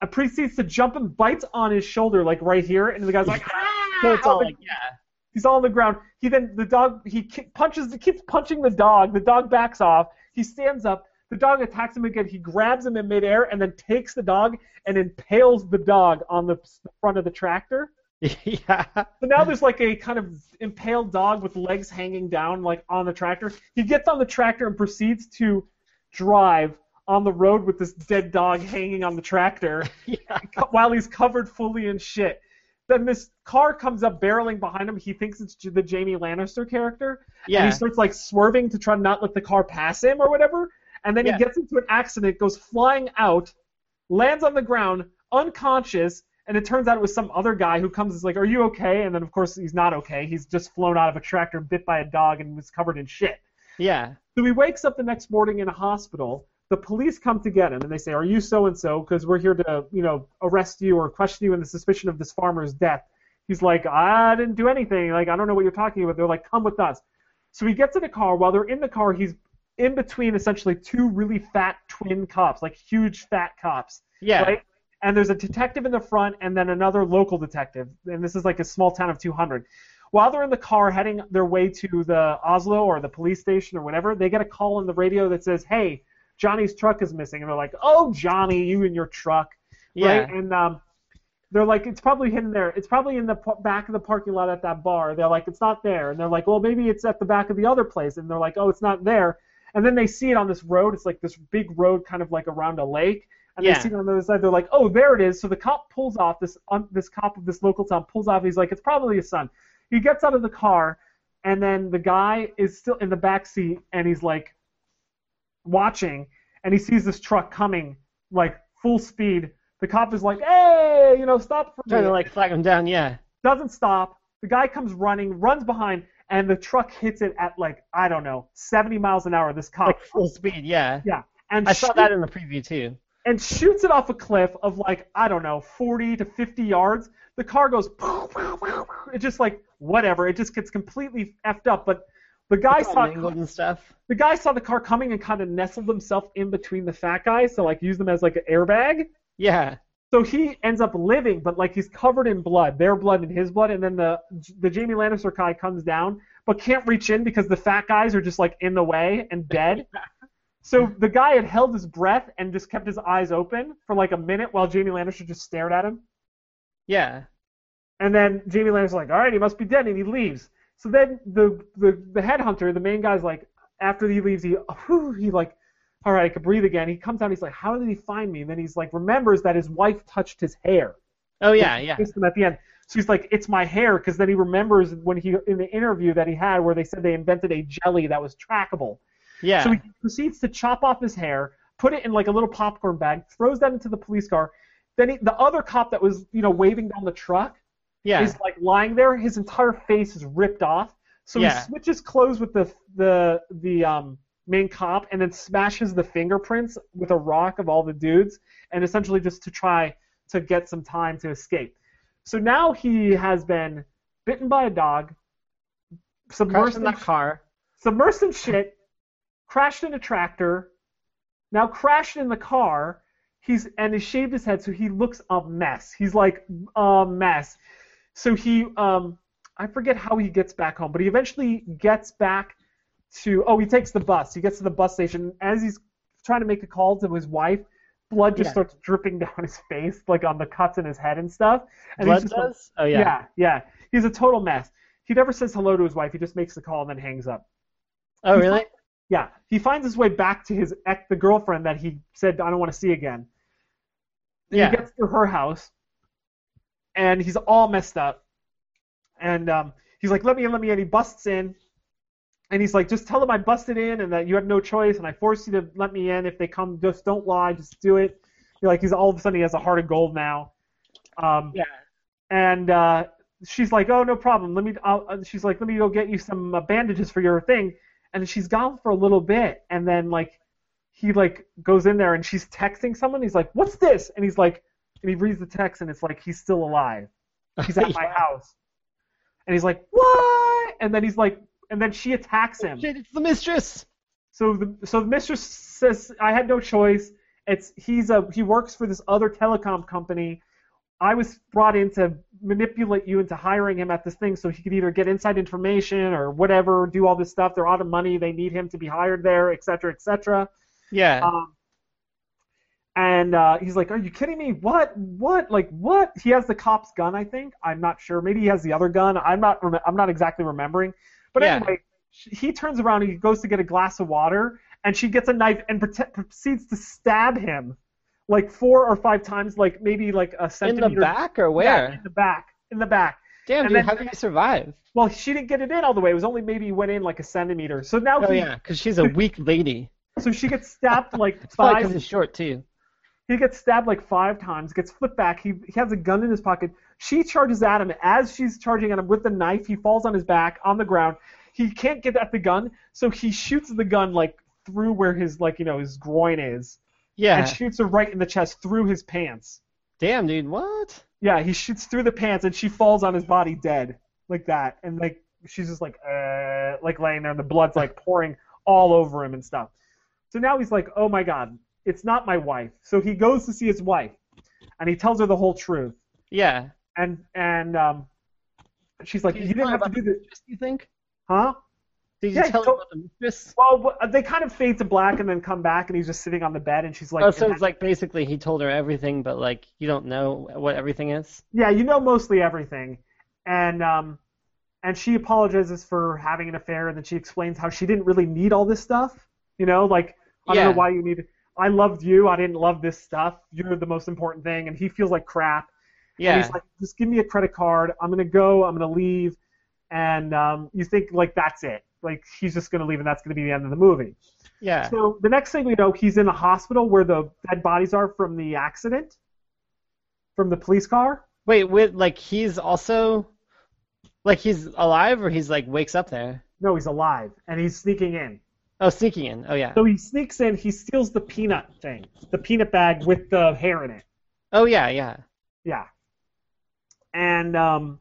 S1: uh, proceeds to jump and bites on his shoulder like right here, and the guy's like, ah!
S2: So it's all
S1: on the-
S2: like, yeah.
S1: he's all on the ground. He then the dog he ki- punches he keeps punching the dog. The dog backs off. He stands up. The dog attacks him again. He grabs him in midair and then takes the dog and impales the dog on the s- the front of the tractor.
S2: yeah.
S1: So now there's like a kind of impaled dog with legs hanging down, like on the tractor. He gets on the tractor and proceeds to drive on the road with this dead dog hanging on the tractor
S2: Yeah.
S1: co- while he's covered fully in shit. Then this car comes up barreling behind him. He thinks it's J- the Jamie Lannister character, and
S2: Yeah.
S1: he starts like swerving to try and not let the car pass him or whatever. And then
S2: Yeah.
S1: he gets into an accident, goes flying out, lands on the ground, unconscious, and it turns out it was some other guy who comes and is like, Are you okay? And then of course he's not okay. He's just flown out of a tractor, bit by a dog, and was covered in shit.
S2: Yeah.
S1: So he wakes up the next morning in a hospital. The police come to get him and they say, Are you so and so? Because we're here to, you know, arrest you or question you in the suspicion of this farmer's death. He's like, I didn't do anything. Like, I don't know what you're talking about. They're like, Come with us. So he gets in a car. While they're in the car, he's in between essentially two really fat twin cops, like huge fat cops.
S2: Yeah.
S1: Right? And there's a detective in the front and then another local detective. And this is like a small town of 200. While they're in the car heading their way to the Oslo or the police station or whatever, they get a call on the radio that says, hey, Johnny's truck is missing. And they're like, oh, Johnny, you and your truck.
S2: Yeah.
S1: Right? And um, they're like, it's probably hidden there. It's probably in the p- back of the parking lot at that bar. They're like, it's not there. And they're like, well, maybe it's at the back of the other place. And they're like, oh, it's not there. And then they see it on this road. It's like this big road, kind of like around a lake. And
S2: Yeah.
S1: they see it on the other side. They're like, oh, there it is. So the cop pulls off. This um, this cop of this local town pulls off. He's like, it's probably his son. He gets out of the car, and then the guy is still in the back seat, and he's like watching, and he sees this truck coming like full speed. The cop is like, hey, you know, stop for
S2: Trying
S1: me
S2: to like flag him down, yeah.
S1: doesn't stop. The guy comes running, runs behind, and the truck hits it at like I don't know, 70 miles an hour. This cop
S2: Like full speed, yeah.
S1: Oh. and
S2: I saw
S1: shoot-
S2: that in the preview too.
S1: and shoots it off a cliff of like I don't know, 40 to 50 yards. The car goes, it just like whatever. It just gets completely effed up. But the guy
S2: It's all
S1: saw
S2: mangled and stuff.
S1: the guy saw the car coming and kind of nestled himself in between the fat guy, so like used them as like an airbag.
S2: Yeah.
S1: So he ends up living, but like he's covered in blood, their blood and his blood, and then the the Jamie Lannister guy comes down, but can't reach in because the fat guys are just like in the way and dead. So the guy had held his breath and just kept his eyes open for like a minute while Jamie Lannister just stared at him.
S2: Yeah.
S1: And then Jamie Lannister's like, all right, he must be dead, and he leaves. So then the the, the headhunter, the main guy's like, after he leaves, he whew, he like, all right, I can breathe again. He comes out, he's like, how did he find me? And then he's like, remembers that his wife touched his hair.
S2: Oh yeah, yeah.
S1: Kissed him at the end. So he's like, it's my hair, because then he remembers when he in the interview that he had where they said they invented a jelly that was trackable.
S2: Yeah.
S1: So he proceeds to chop off his hair, put it in like a little popcorn bag, throws that into the police car. Then he, the other cop that was, you know, waving down the truck
S2: yeah.
S1: is like lying there. His entire face is ripped off. So
S2: Yeah.
S1: he switches clothes with the the the um, main cop and then smashes the fingerprints with a rock of all the dudes and essentially just to try to get some time to escape. So now he has been bitten by a dog,
S2: Crashed
S1: submersed
S2: in
S1: in
S2: that car.
S1: submersed in shit, crashed in a tractor, now crashed in the car. He's and he shaved his head, so he looks a mess. He's like a mess. So he, um, I forget how he gets back home, but he eventually gets back to. Oh, he takes the bus. He gets to the bus station. As he's trying to make a call to his wife, blood just
S2: Yeah.
S1: starts dripping down his face, like on the cuts in his head and stuff. And he's
S2: Blood
S1: just a-
S2: does? Oh
S1: yeah.
S2: yeah.
S1: yeah, He's a total mess. He never says hello to his wife. He just makes the call and then hangs up.
S2: Oh really?
S1: Yeah, he finds his way back to his ex, the girlfriend that he said I don't want to see again.
S2: Yeah.
S1: He gets to her house, and he's all messed up. And um, he's like, "Let me in, let me in." He busts in, and he's like, "Just tell them I busted in, and that you had no choice, and I forced you to let me in. If they come, just don't lie, just do it." You're like he's all of a sudden he has a heart of gold now. Um,
S2: Yeah.
S1: and uh, she's like, "Oh, no problem. Let me." I'll, uh, she's like, "Let me go get you some uh, bandages for your thing." And she's gone for a little bit, and then like, he like goes in there, and she's texting someone. He's like, "What's this?" And he's like, and he reads the text, and it's like he's still alive. He's at my house, and he's like, "What?" And then he's like, and then she attacks him.
S2: Shit, it's the mistress.
S1: So the so the mistress says I had no choice. It's he's a he works for this other telecom company. I was brought in to manipulate you into hiring him at this thing so he could either get inside information or whatever, do all this stuff. They're out of money. They need him to be hired there, et cetera, et cetera.
S2: Yeah.
S1: Um, and uh, he's like, "Are you kidding me? What? What? Like what?" He has the cop's gun, I think. I'm not sure. Maybe he has the other gun. I'm not. Rem- I'm not exactly remembering. But
S2: Yeah.
S1: anyway, sh- he turns around and he goes to get a glass of water, and she gets a knife and prote- proceeds to stab him, like four or five times, like maybe like a
S2: in the
S1: centimeter.
S2: back or where?
S1: Yeah, in the back. In the back.
S2: Damn,
S1: And
S2: dude,
S1: then-
S2: how did you survive?
S1: Well, she didn't get it in all the way. It was only maybe went in like a centimeter. So now
S2: Oh
S1: he,
S2: yeah, because she's a weak lady.
S1: so she gets stabbed like
S2: It's probably
S1: five
S2: because he's short too.
S1: He gets stabbed like five times, gets flipped back. He, he has a gun in his pocket. She charges at him. As she's charging at him with the knife, he falls on his back on the ground. He can't get at the gun, so he shoots the gun like through where his like you know his groin is,
S2: Yeah.
S1: and shoots her right in the chest through his pants.
S2: Damn, dude, what?
S1: Yeah, he shoots through the pants, and she falls on his body dead like that, and like she's just like uh like laying there, and the blood's like pouring all over him and stuff. So now he's like, oh my god, it's not my wife. So he goes to see his wife, and he tells her the whole truth,
S2: Yeah.
S1: and and um, she's like,
S2: Did
S1: you
S2: you
S1: didn't
S2: tell
S1: have to
S2: about
S1: do this,
S2: Mistress, you think?
S1: huh?
S2: Did you
S1: Yeah,
S2: tell
S1: he told-
S2: him about the mistress?
S1: Well, wh- they kind of fade to black and then come back, and he's just sitting on the bed, and she's like,
S2: oh, so
S1: and
S2: it's like basically he told her everything, but like you don't know what everything is.
S1: yeah, you know mostly everything, and um, and she apologizes for having an affair, and then she explains how she didn't really need all this stuff. You know, like I
S2: yeah.
S1: don't know why you need. I loved you. I didn't love this stuff. You're the most important thing, and he feels like crap. And
S2: Yeah.
S1: he's like, just give me a credit card. I'm gonna go. I'm gonna leave, and um, you think like that's it. Like he's just gonna leave, and that's gonna be the end of the movie.
S2: Yeah.
S1: So the next thing we know, he's in the hospital where the dead bodies are from the accident, from the police car.
S2: Wait, with like he's also like he's alive or he's like wakes up there.
S1: No, he's alive, and he's sneaking in.
S2: Oh, sneaking in. Oh yeah.
S1: So he sneaks in. He steals the peanut thing, the peanut bag with the hair in it.
S2: Oh yeah, yeah.
S1: Yeah. And um,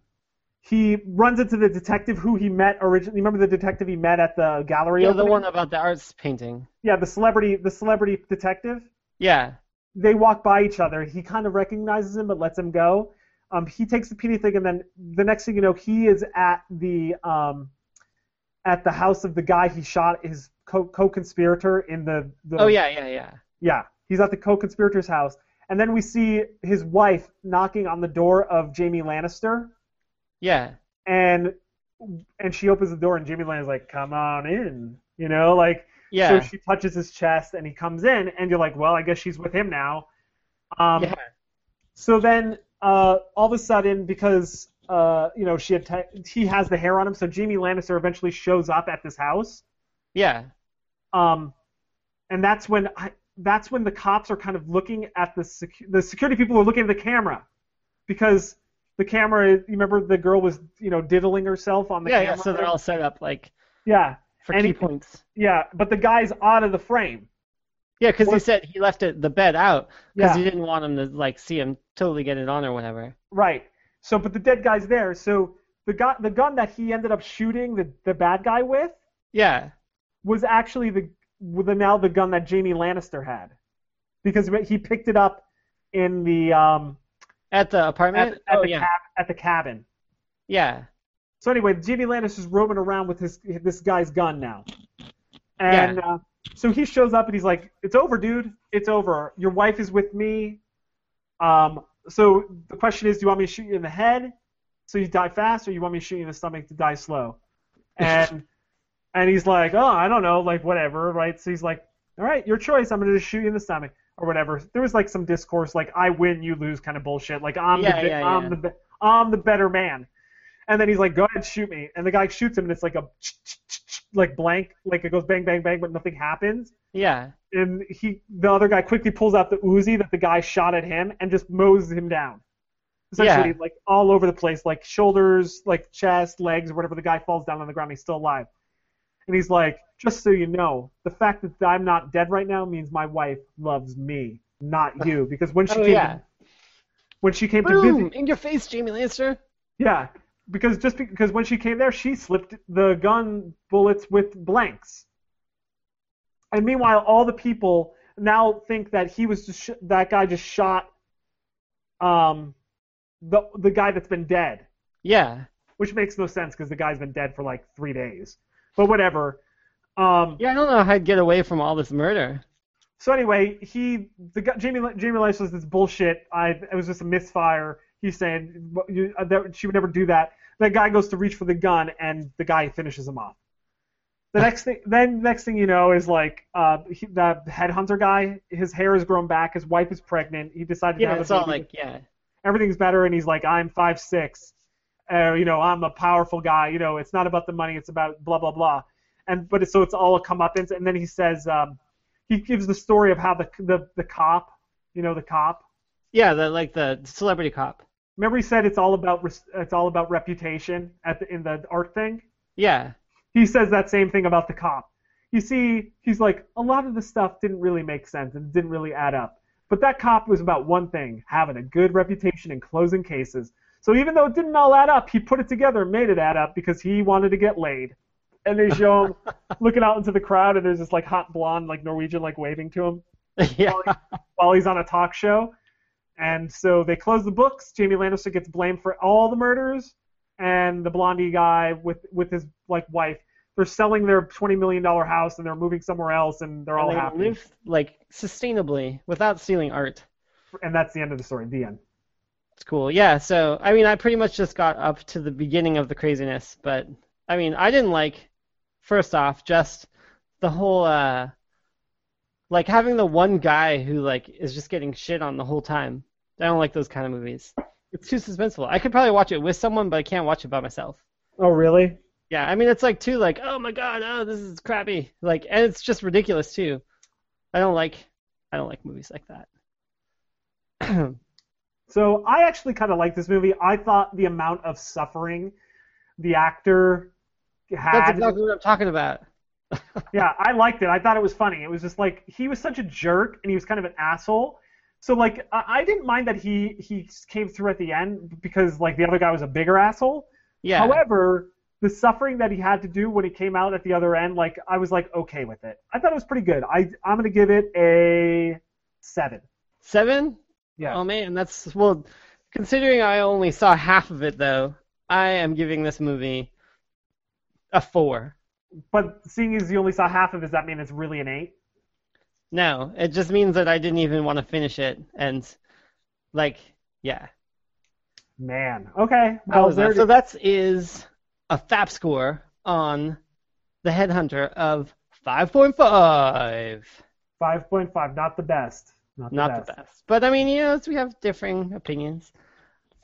S1: he runs into the detective who he met originally. Remember the detective he met at the gallery?
S2: Yeah, the
S1: opening?
S2: one about the arts painting.
S1: Yeah, the celebrity, the celebrity detective.
S2: Yeah.
S1: They walk by each other. He kind of recognizes him, but lets him go. Um, he takes the peanut thing, and then the next thing you know, he is at the um, at the house of the guy he shot his co- co-conspirator in the, the
S2: Oh yeah, yeah, yeah.
S1: yeah he's at the co-conspirator's house and then we see his wife knocking on the door of Jamie Lannister
S2: Yeah.
S1: and and she opens the door and Jamie Lannister's like come on in you know like
S2: Yeah.
S1: so she touches his chest and he comes in and you're like well I guess she's with him now um
S2: yeah.
S1: so then, uh, all of a sudden, because uh, you know she had he has the hair on him, so Jamie Lannister eventually shows up at this house,
S2: Yeah.
S1: um, and that's when I, that's when the cops are kind of looking at the secu- the security people are looking at the camera, because the camera. You remember the girl was you know diddling herself on the
S2: Yeah, yeah,
S1: camera.
S2: so they're all set up like
S1: yeah,
S2: for
S1: And
S2: key
S1: it-
S2: points.
S1: yeah, but the guy's out of the frame.
S2: Yeah, because he
S1: Or-
S2: said he left it, the bed out because
S1: Yeah.
S2: he didn't want him to like see him totally get it on or whatever.
S1: Right. So, but the dead guy's there. So the gu the gun that he ended up shooting the the bad guy with.
S2: Yeah,
S1: was actually the the now the gun that Jamie Lannister had, because he picked it up in the um
S2: at the
S1: at,
S2: apartment.
S1: at
S2: oh
S1: the
S2: yeah,
S1: cab, at the cabin.
S2: yeah,
S1: So anyway, Jamie Lannister's roaming around with his this guy's gun now, and uh, so he shows up and he's like, "It's over, dude. It's over. Your wife is with me." Um. So the question is, do you want me to shoot you in the head, so you die fast, or you want me to shoot you in the stomach to die slow? And and he's like, "Oh, I don't know. Like whatever, right?" So he's like, "All right, your choice. I'm gonna just shoot you in the stomach." Or whatever. There was like some discourse, like "I win, you lose" kind of bullshit. Like I'm
S2: Yeah,
S1: the be-
S2: yeah,
S1: I'm
S2: yeah.
S1: the be- I'm the better man. And then he's like, "Go ahead, shoot me." And the guy shoots him, and it's like a like blank, like it goes bang, bang, bang, but nothing happens.
S2: yeah,
S1: And he, the other guy, quickly pulls out the Uzi that the guy shot at him and just mows him down. Essentially,
S2: Yeah.
S1: like all over the place, like shoulders, like chest, legs, whatever. The guy falls down on the ground, he's still alive. And he's like, "Just so you know, the fact that I'm not dead right now means my wife loves me, not you, because when she
S2: Oh,
S1: came,
S2: yeah.
S1: when she came to visit
S2: Boom! In your face, Jamie Lannister.
S1: yeah, because just because when she came there, she slipped the gun bullets with blanks. And meanwhile, all the people now think that he was just sh- that guy just shot um the the guy that's been dead,
S2: Yeah,
S1: which makes no sense because the guy's been dead for like three days. But whatever. Um,
S2: yeah. I don't know how I'd get away from all this murder.
S1: So anyway, he the guy, Jamie Jamie Lannister says this bullshit. I it was just a misfire. He's saying "What you, uh, that, she would never do that. That guy goes to reach for the gun, and the guy finishes him off. The next thing, then next thing you know is like uh, he, the headhunter guy. His hair has grown back. His wife is pregnant. He decided to
S2: Yeah,
S1: have
S2: it's
S1: a baby.
S2: all like yeah,
S1: Everything's better, and he's like, I'm five six. Uh, you know, I'm a powerful guy. You know, it's not about the money. It's about blah blah blah. And but it's, so it's all a comeuppance. And then he says, um, he gives the story of how the, the the cop, you know, the cop.
S2: yeah. The like the celebrity cop.
S1: Remember he said it's all about res- it's all about reputation at the, in the art thing.
S2: Yeah,
S1: He says that same thing about the cop. You see, he's like a lot of the stuff didn't really make sense and didn't really add up. But that cop was about one thing: having a good reputation and closing cases. So even though it didn't all add up, he put it together and made it add up because he wanted to get laid. And they show him looking out into the crowd, and there's this like hot blonde, like Norwegian, like waving to him
S2: yeah,
S1: while he's on a talk show. And so they close the books. Jamie Lannister gets blamed for all the murders, and the blondie guy with with his like wife. They're selling their twenty million dollar house and they're moving somewhere else, and they're all
S2: and they
S1: happy.
S2: live like sustainably without stealing art.
S1: And that's the end of the story. The end.
S2: It's cool. Yeah, so I mean, I pretty much just got up to the beginning of the craziness, but I mean, I didn't like first off just the whole uh like having the one guy who like is just getting shit on the whole time. I don't like those kind of movies. It's too suspenseful. I could probably watch it with someone, but I can't watch it by myself.
S1: Oh really?
S2: Yeah, I mean, it's like too like, oh my god, oh this is crappy. Like, and it's just ridiculous too. I don't like I don't like movies like that.
S1: So I actually kind of like this movie. I thought the amount of suffering the actor had.
S2: That's exactly what I'm talking about.
S1: Yeah, I liked it. I thought it was funny. It was just like he was such a jerk and he was kind of an asshole. So like I I didn't mind that he he came through at the end because like the other guy was a bigger asshole.
S2: Yeah.
S1: However, the suffering that he had to do when he came out at the other end, like I was like okay with it. I thought it was pretty good. I I'm gonna give it a seven.
S2: Seven?
S1: Yeah.
S2: Oh man, that's well. Considering I only saw half of it though, I am giving this movie a four.
S1: But seeing as you only saw half of, it, does that mean it's really an eight?
S2: No, it just means that I didn't even want to finish it, and like, yeah.
S1: Man. Okay.
S2: How
S1: Well,
S2: was that?
S1: there
S2: So
S1: it
S2: that is a FAP score on the Headhunter of 5.5.
S1: Five point five. Not the best. Not the
S2: Not
S1: best.
S2: the best, but I mean, you know, it's- we have differing opinions.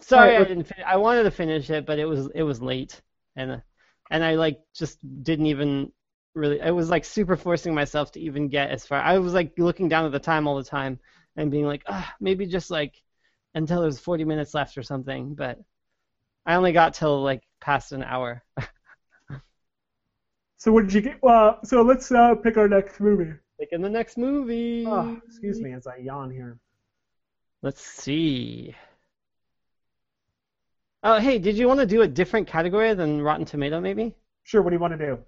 S2: Sorry,
S1: Alright,
S2: I
S1: look-
S2: didn't. Fin- I wanted to finish it, but it was it was late, and and I like just didn't even really. I was like super forcing myself to even get as far. I was like looking down at the time all the time and being like, ah, maybe just like until there's 40 minutes left or something. But I only got till like past an hour.
S1: So what did you get? Uh, so let's uh, pick our next movie.
S2: like in the next movie.
S1: Oh, excuse me as I yawn here.
S2: Let's see. Oh, hey, did you want to do a different category than Rotten Tomato, maybe? Do
S1: Sure. What do you want to do?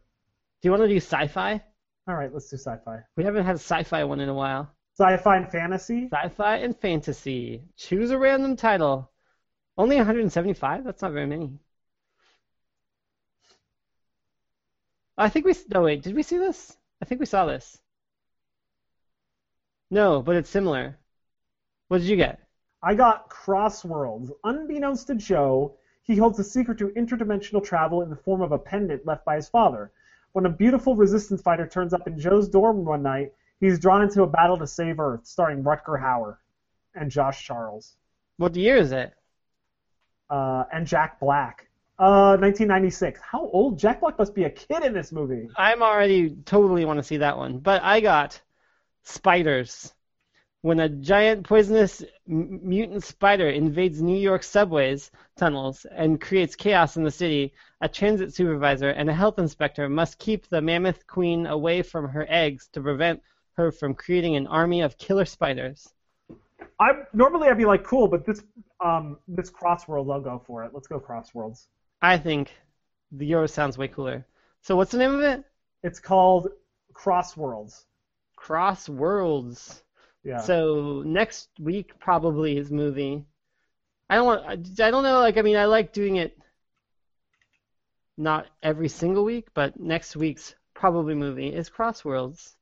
S2: you want to do sci-fi?
S1: All right. Let's do sci-fi.
S2: We haven't had a sci-fi one in a while.
S1: Sci-fi and fantasy.
S2: Sci-fi and fantasy. Choose a random title. Only 175? That's not very many. I think we. s- No, wait, did we see this? I think we saw this. No, but it's similar. What did you get?
S1: I got Crossworlds. Unbeknownst to Joe, he holds the secret to interdimensional travel in the form of a pendant left by his father. When a beautiful resistance fighter turns up in Joe's dorm one night, he's drawn into a battle to save Earth, starring Rutger Hauer and Josh Charles
S2: What year is it?
S1: uh, and Jack Black. Uh, 1996. How old? Jack Black must be a kid in this movie.
S2: I'm already totally want to see that one, but I got spiders. When a giant poisonous m- mutant spider invades New York subways tunnels and creates chaos in the city, a transit supervisor and a health inspector must keep the mammoth queen away from her eggs to prevent her from creating an army of killer spiders.
S1: I normally I'd be like cool, but this um this Crossworlds, I'll go for it. Let's go Crossworlds.
S2: I think the Euro sounds way cooler. So what's the name of it?
S1: It's called Crossworlds.
S2: Cross Worlds.
S1: Yeah.
S2: So next week probably is movie. I don't want. I I don't know. Like I mean, I like doing it. Not every single week, but next week's probably movie is Crossworlds.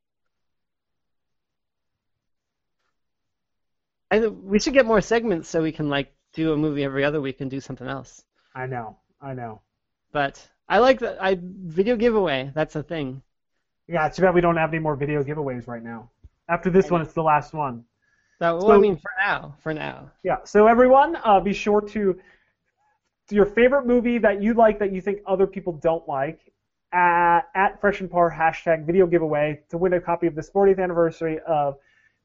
S2: I th- we should get more segments so we can like do a movie every other week and do something else.
S1: I know. I know.
S2: But I like that. I video giveaway. That's a thing.
S1: Yeah, it's too bad we don't have any more video giveaways right now. After this one, it's the last one.
S2: That, well, I
S1: So-
S2: mean, for now, for now.
S1: Yeah. So everyone, uh, be sure to your favorite movie that you like that you think other people don't like at, at Fresh and Par hashtag video giveaway to win a copy of the 40th anniversary of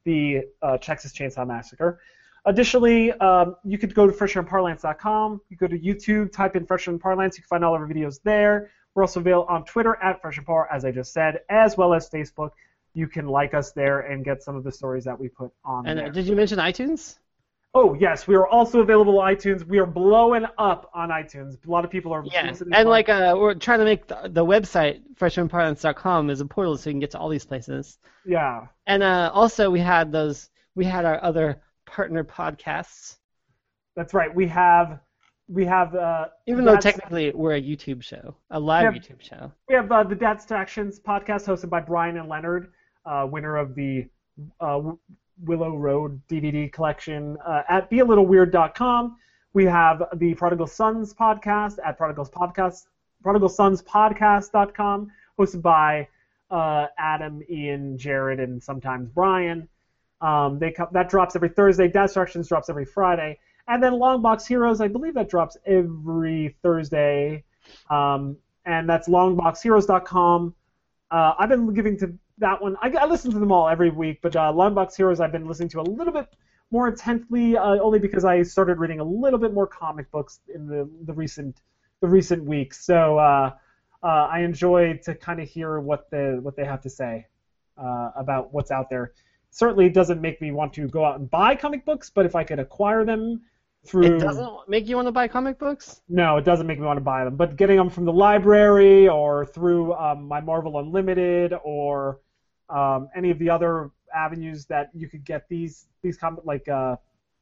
S1: the uh, Texas Chainsaw Massacre. Additionally, um, you could go to freshandparlance.com. You go to YouTube, type in Fresh and Parlance. You can find all of our videos there. We're also available on Twitter at Fresh and Par, as I just said, as well as Facebook. You can like us there and get some of the stories that we put on
S2: And
S1: there.
S2: uh, did you mention iTunes?
S1: Oh yes, we are also available on iTunes. We are blowing up on iTunes. A lot of people are
S2: Yeah,
S1: listening
S2: and
S1: to-
S2: like uh, we're trying to make the, the website freshmanparlance.com is a portal so you can get to all these places.
S1: yeah,
S2: And uh, also we had those we had our other partner podcasts.
S1: that's right. We have we have uh,
S2: Even though
S1: Dad's-
S2: technically we're a YouTube show, a live
S1: Yeah.
S2: YouTube show.
S1: we have uh, the Dad's Distractions podcast hosted by Brian and Leonard, uh, winner of the uh, Willow Road DVD collection uh, at bealittleweird.com. We have the Prodigal Sons podcast at prodigal's podcast prodigalsonspodcast.com hosted by uh, Adam, Ian, Jared, and sometimes Brian. Um, they co- that drops every Thursday. Dad Instructions drops every Friday, and then Longbox Heroes, I believe that drops every Thursday, um, and that's longboxheroes.com. Uh, I've been giving to that one. I, I listen to them all every week, but uh, Longbox Heroes I've been listening to a little bit more intently, uh, only because I started reading a little bit more comic books in the, the recent the recent weeks. So uh, uh, I enjoy to kind of hear what the what they have to say uh, about what's out there. Certainly it doesn't make me want to go out and buy comic books, but if I could acquire them through
S2: It doesn't make you want to buy comic books.
S1: no, it doesn't make me want to buy them. But getting them from the library or through um, my Marvel Unlimited or um, any of the other avenues that you could get these these com- like uh,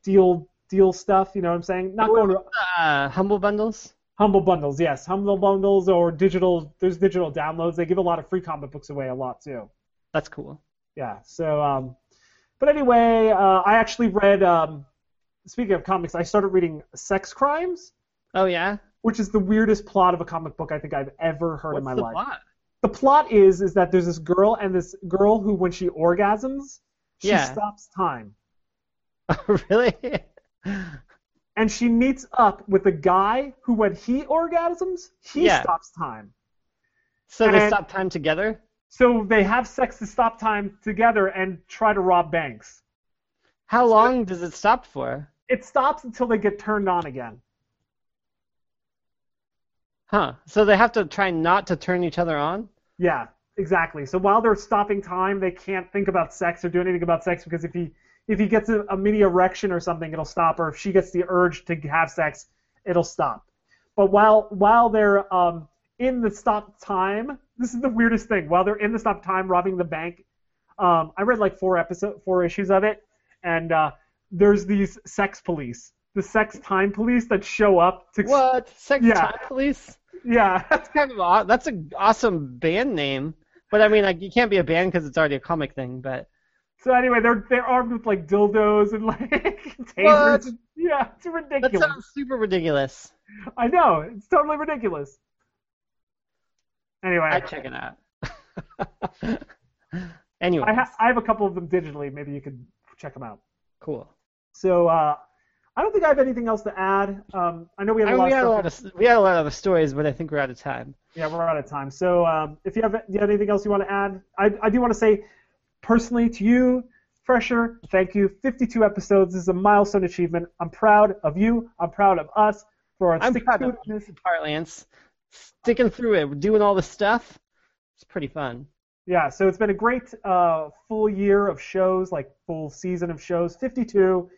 S1: deal deal stuff. You know what I'm saying? Not going to
S2: Uh, Humble Bundles.
S1: Humble bundles, yes, humble bundles or digital. There's digital downloads. They give a lot of free comic books away a lot too.
S2: That's cool.
S1: Yeah. So, um, but anyway, uh, I actually read. Um, speaking of comics, I started reading Sex Crimes,
S2: Oh yeah.
S1: which is the weirdest plot of a comic book I think I've ever heard in my
S2: the
S1: life.
S2: plot?
S1: The plot is is that there's this girl and this girl who, when she orgasms, she
S2: Yeah.
S1: stops time.
S2: Oh, really?
S1: and she meets up with a guy who, when he orgasms, he
S2: Yeah.
S1: stops time.
S2: so they
S1: And-
S2: stop time together?
S1: So they have sex to stop time together and try to rob banks.
S2: How long does it stop for?
S1: It stops until they get turned on again.
S2: Huh. So they have to try not to turn each other on?
S1: Yeah, exactly. So while they're stopping time, they can't think about sex or do anything about sex because if he if he gets a, a mini erection or something, it'll stop. Or if she gets the urge to have sex, it'll stop. But while while they're um, in the stop time, this is the weirdest thing. While they're in the stop time, robbing the bank, um, I read like four episode four issues of it, and uh, there's these sex police, the sex time police that show up to
S2: What? Sex
S1: Yeah.
S2: Time Police?
S1: yeah.
S2: That's kind of aw- that's an awesome band name. But I mean, like, you can't be a band because it's already a comic thing. But
S1: So anyway, they're they're armed with like dildos and like
S2: What?
S1: tasers. Yeah, it's
S2: that
S1: ridiculous.
S2: sounds super ridiculous.
S1: I know it's totally ridiculous. Anyway,
S2: I'd check it out. anyway,
S1: I, ha- I have a couple of them digitally. Maybe you could check them out.
S2: cool.
S1: So uh, I don't think I have anything else to add. Um, I know we
S2: I
S1: have a
S2: mean,
S1: lot
S2: we
S1: of
S2: had a
S1: stuff.
S2: lot of we had a lot of other stories, but I think we're out of time.
S1: Yeah, we're out of time. So um, if you have, do you have anything else you want to add, I, I do want to say personally to you, Fresher, thank you. 52 episodes is a milestone achievement. I'm proud of you. I'm proud of us for our
S2: I'm proud of
S1: stick-to-itiveness.
S2: Parlance, sticking through it, doing all this stuff. It's pretty fun.
S1: Yeah, so it's been a great uh, full year of shows, like full season of shows, 52.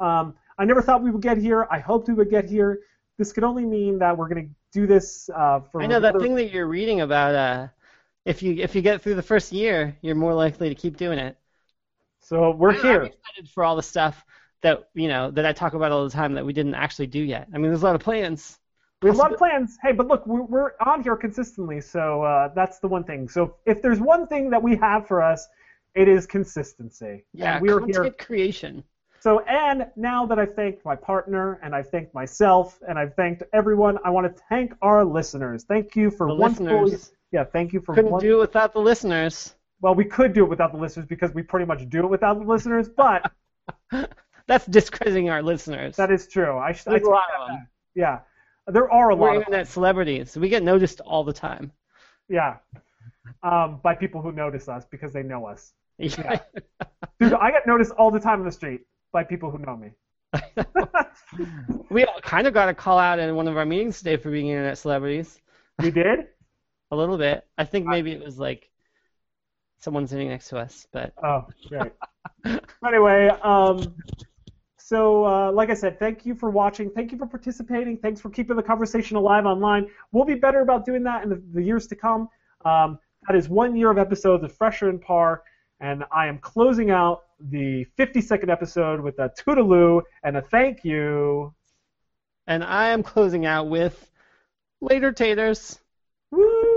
S1: Um, I never thought we would get here. I hoped we would get here. This could only mean that we're going to do this uh, for
S2: I know that
S1: another-
S2: thing that you're reading about. Uh, if you if you get through the first year, you're more likely to keep doing it.
S1: So we're
S2: I-
S1: here.
S2: I'm excited for all the stuff that you know that I talk about all the time that we didn't actually do yet. I mean, there's a lot of plans.
S1: We have a lot of plans. Hey, but look, we're, we're on here consistently, so uh, that's the one thing. So if there's one thing that we have for us, it is consistency.
S2: Yeah,
S1: and we're
S2: content
S1: here.
S2: creation.
S1: So, and now that I've thanked my partner, and I've thanked myself, and I've thanked everyone, I want to thank our listeners. Thank you for
S2: The
S1: one full-
S2: listeners
S1: Yeah, thank you for
S2: couldn't
S1: one.
S2: do it without the listeners.
S1: well, we could do it without the listeners because we pretty much do it without the listeners, but
S2: That's discrediting our listeners.
S1: that is true. I, sh- I
S2: There's a
S1: take
S2: lot
S1: that
S2: of
S1: back.
S2: them.
S1: Yeah, there are a lot
S2: We're
S1: of
S2: internet celebrities. We get noticed all the time.
S1: yeah, um, by people who notice us because they know us.
S2: Yeah.
S1: Dude, I get noticed all the time on the street by people who know me.
S2: we all kind of got a call out in one of our meetings today for being internet celebrities.
S1: You did?
S2: A little bit. I think maybe it was like someone sitting next to us, but
S1: Oh, great. anyway, um, so uh, like I said, thank you for watching. Thank you for participating. Thanks for keeping the conversation alive online. We'll be better about doing that in the, the years to come. Um, that is one year of episodes of Fresher and Par, and I am closing out the 52nd episode with a toodaloo and a thank you.
S2: and I am closing out with later taters.
S1: Woo!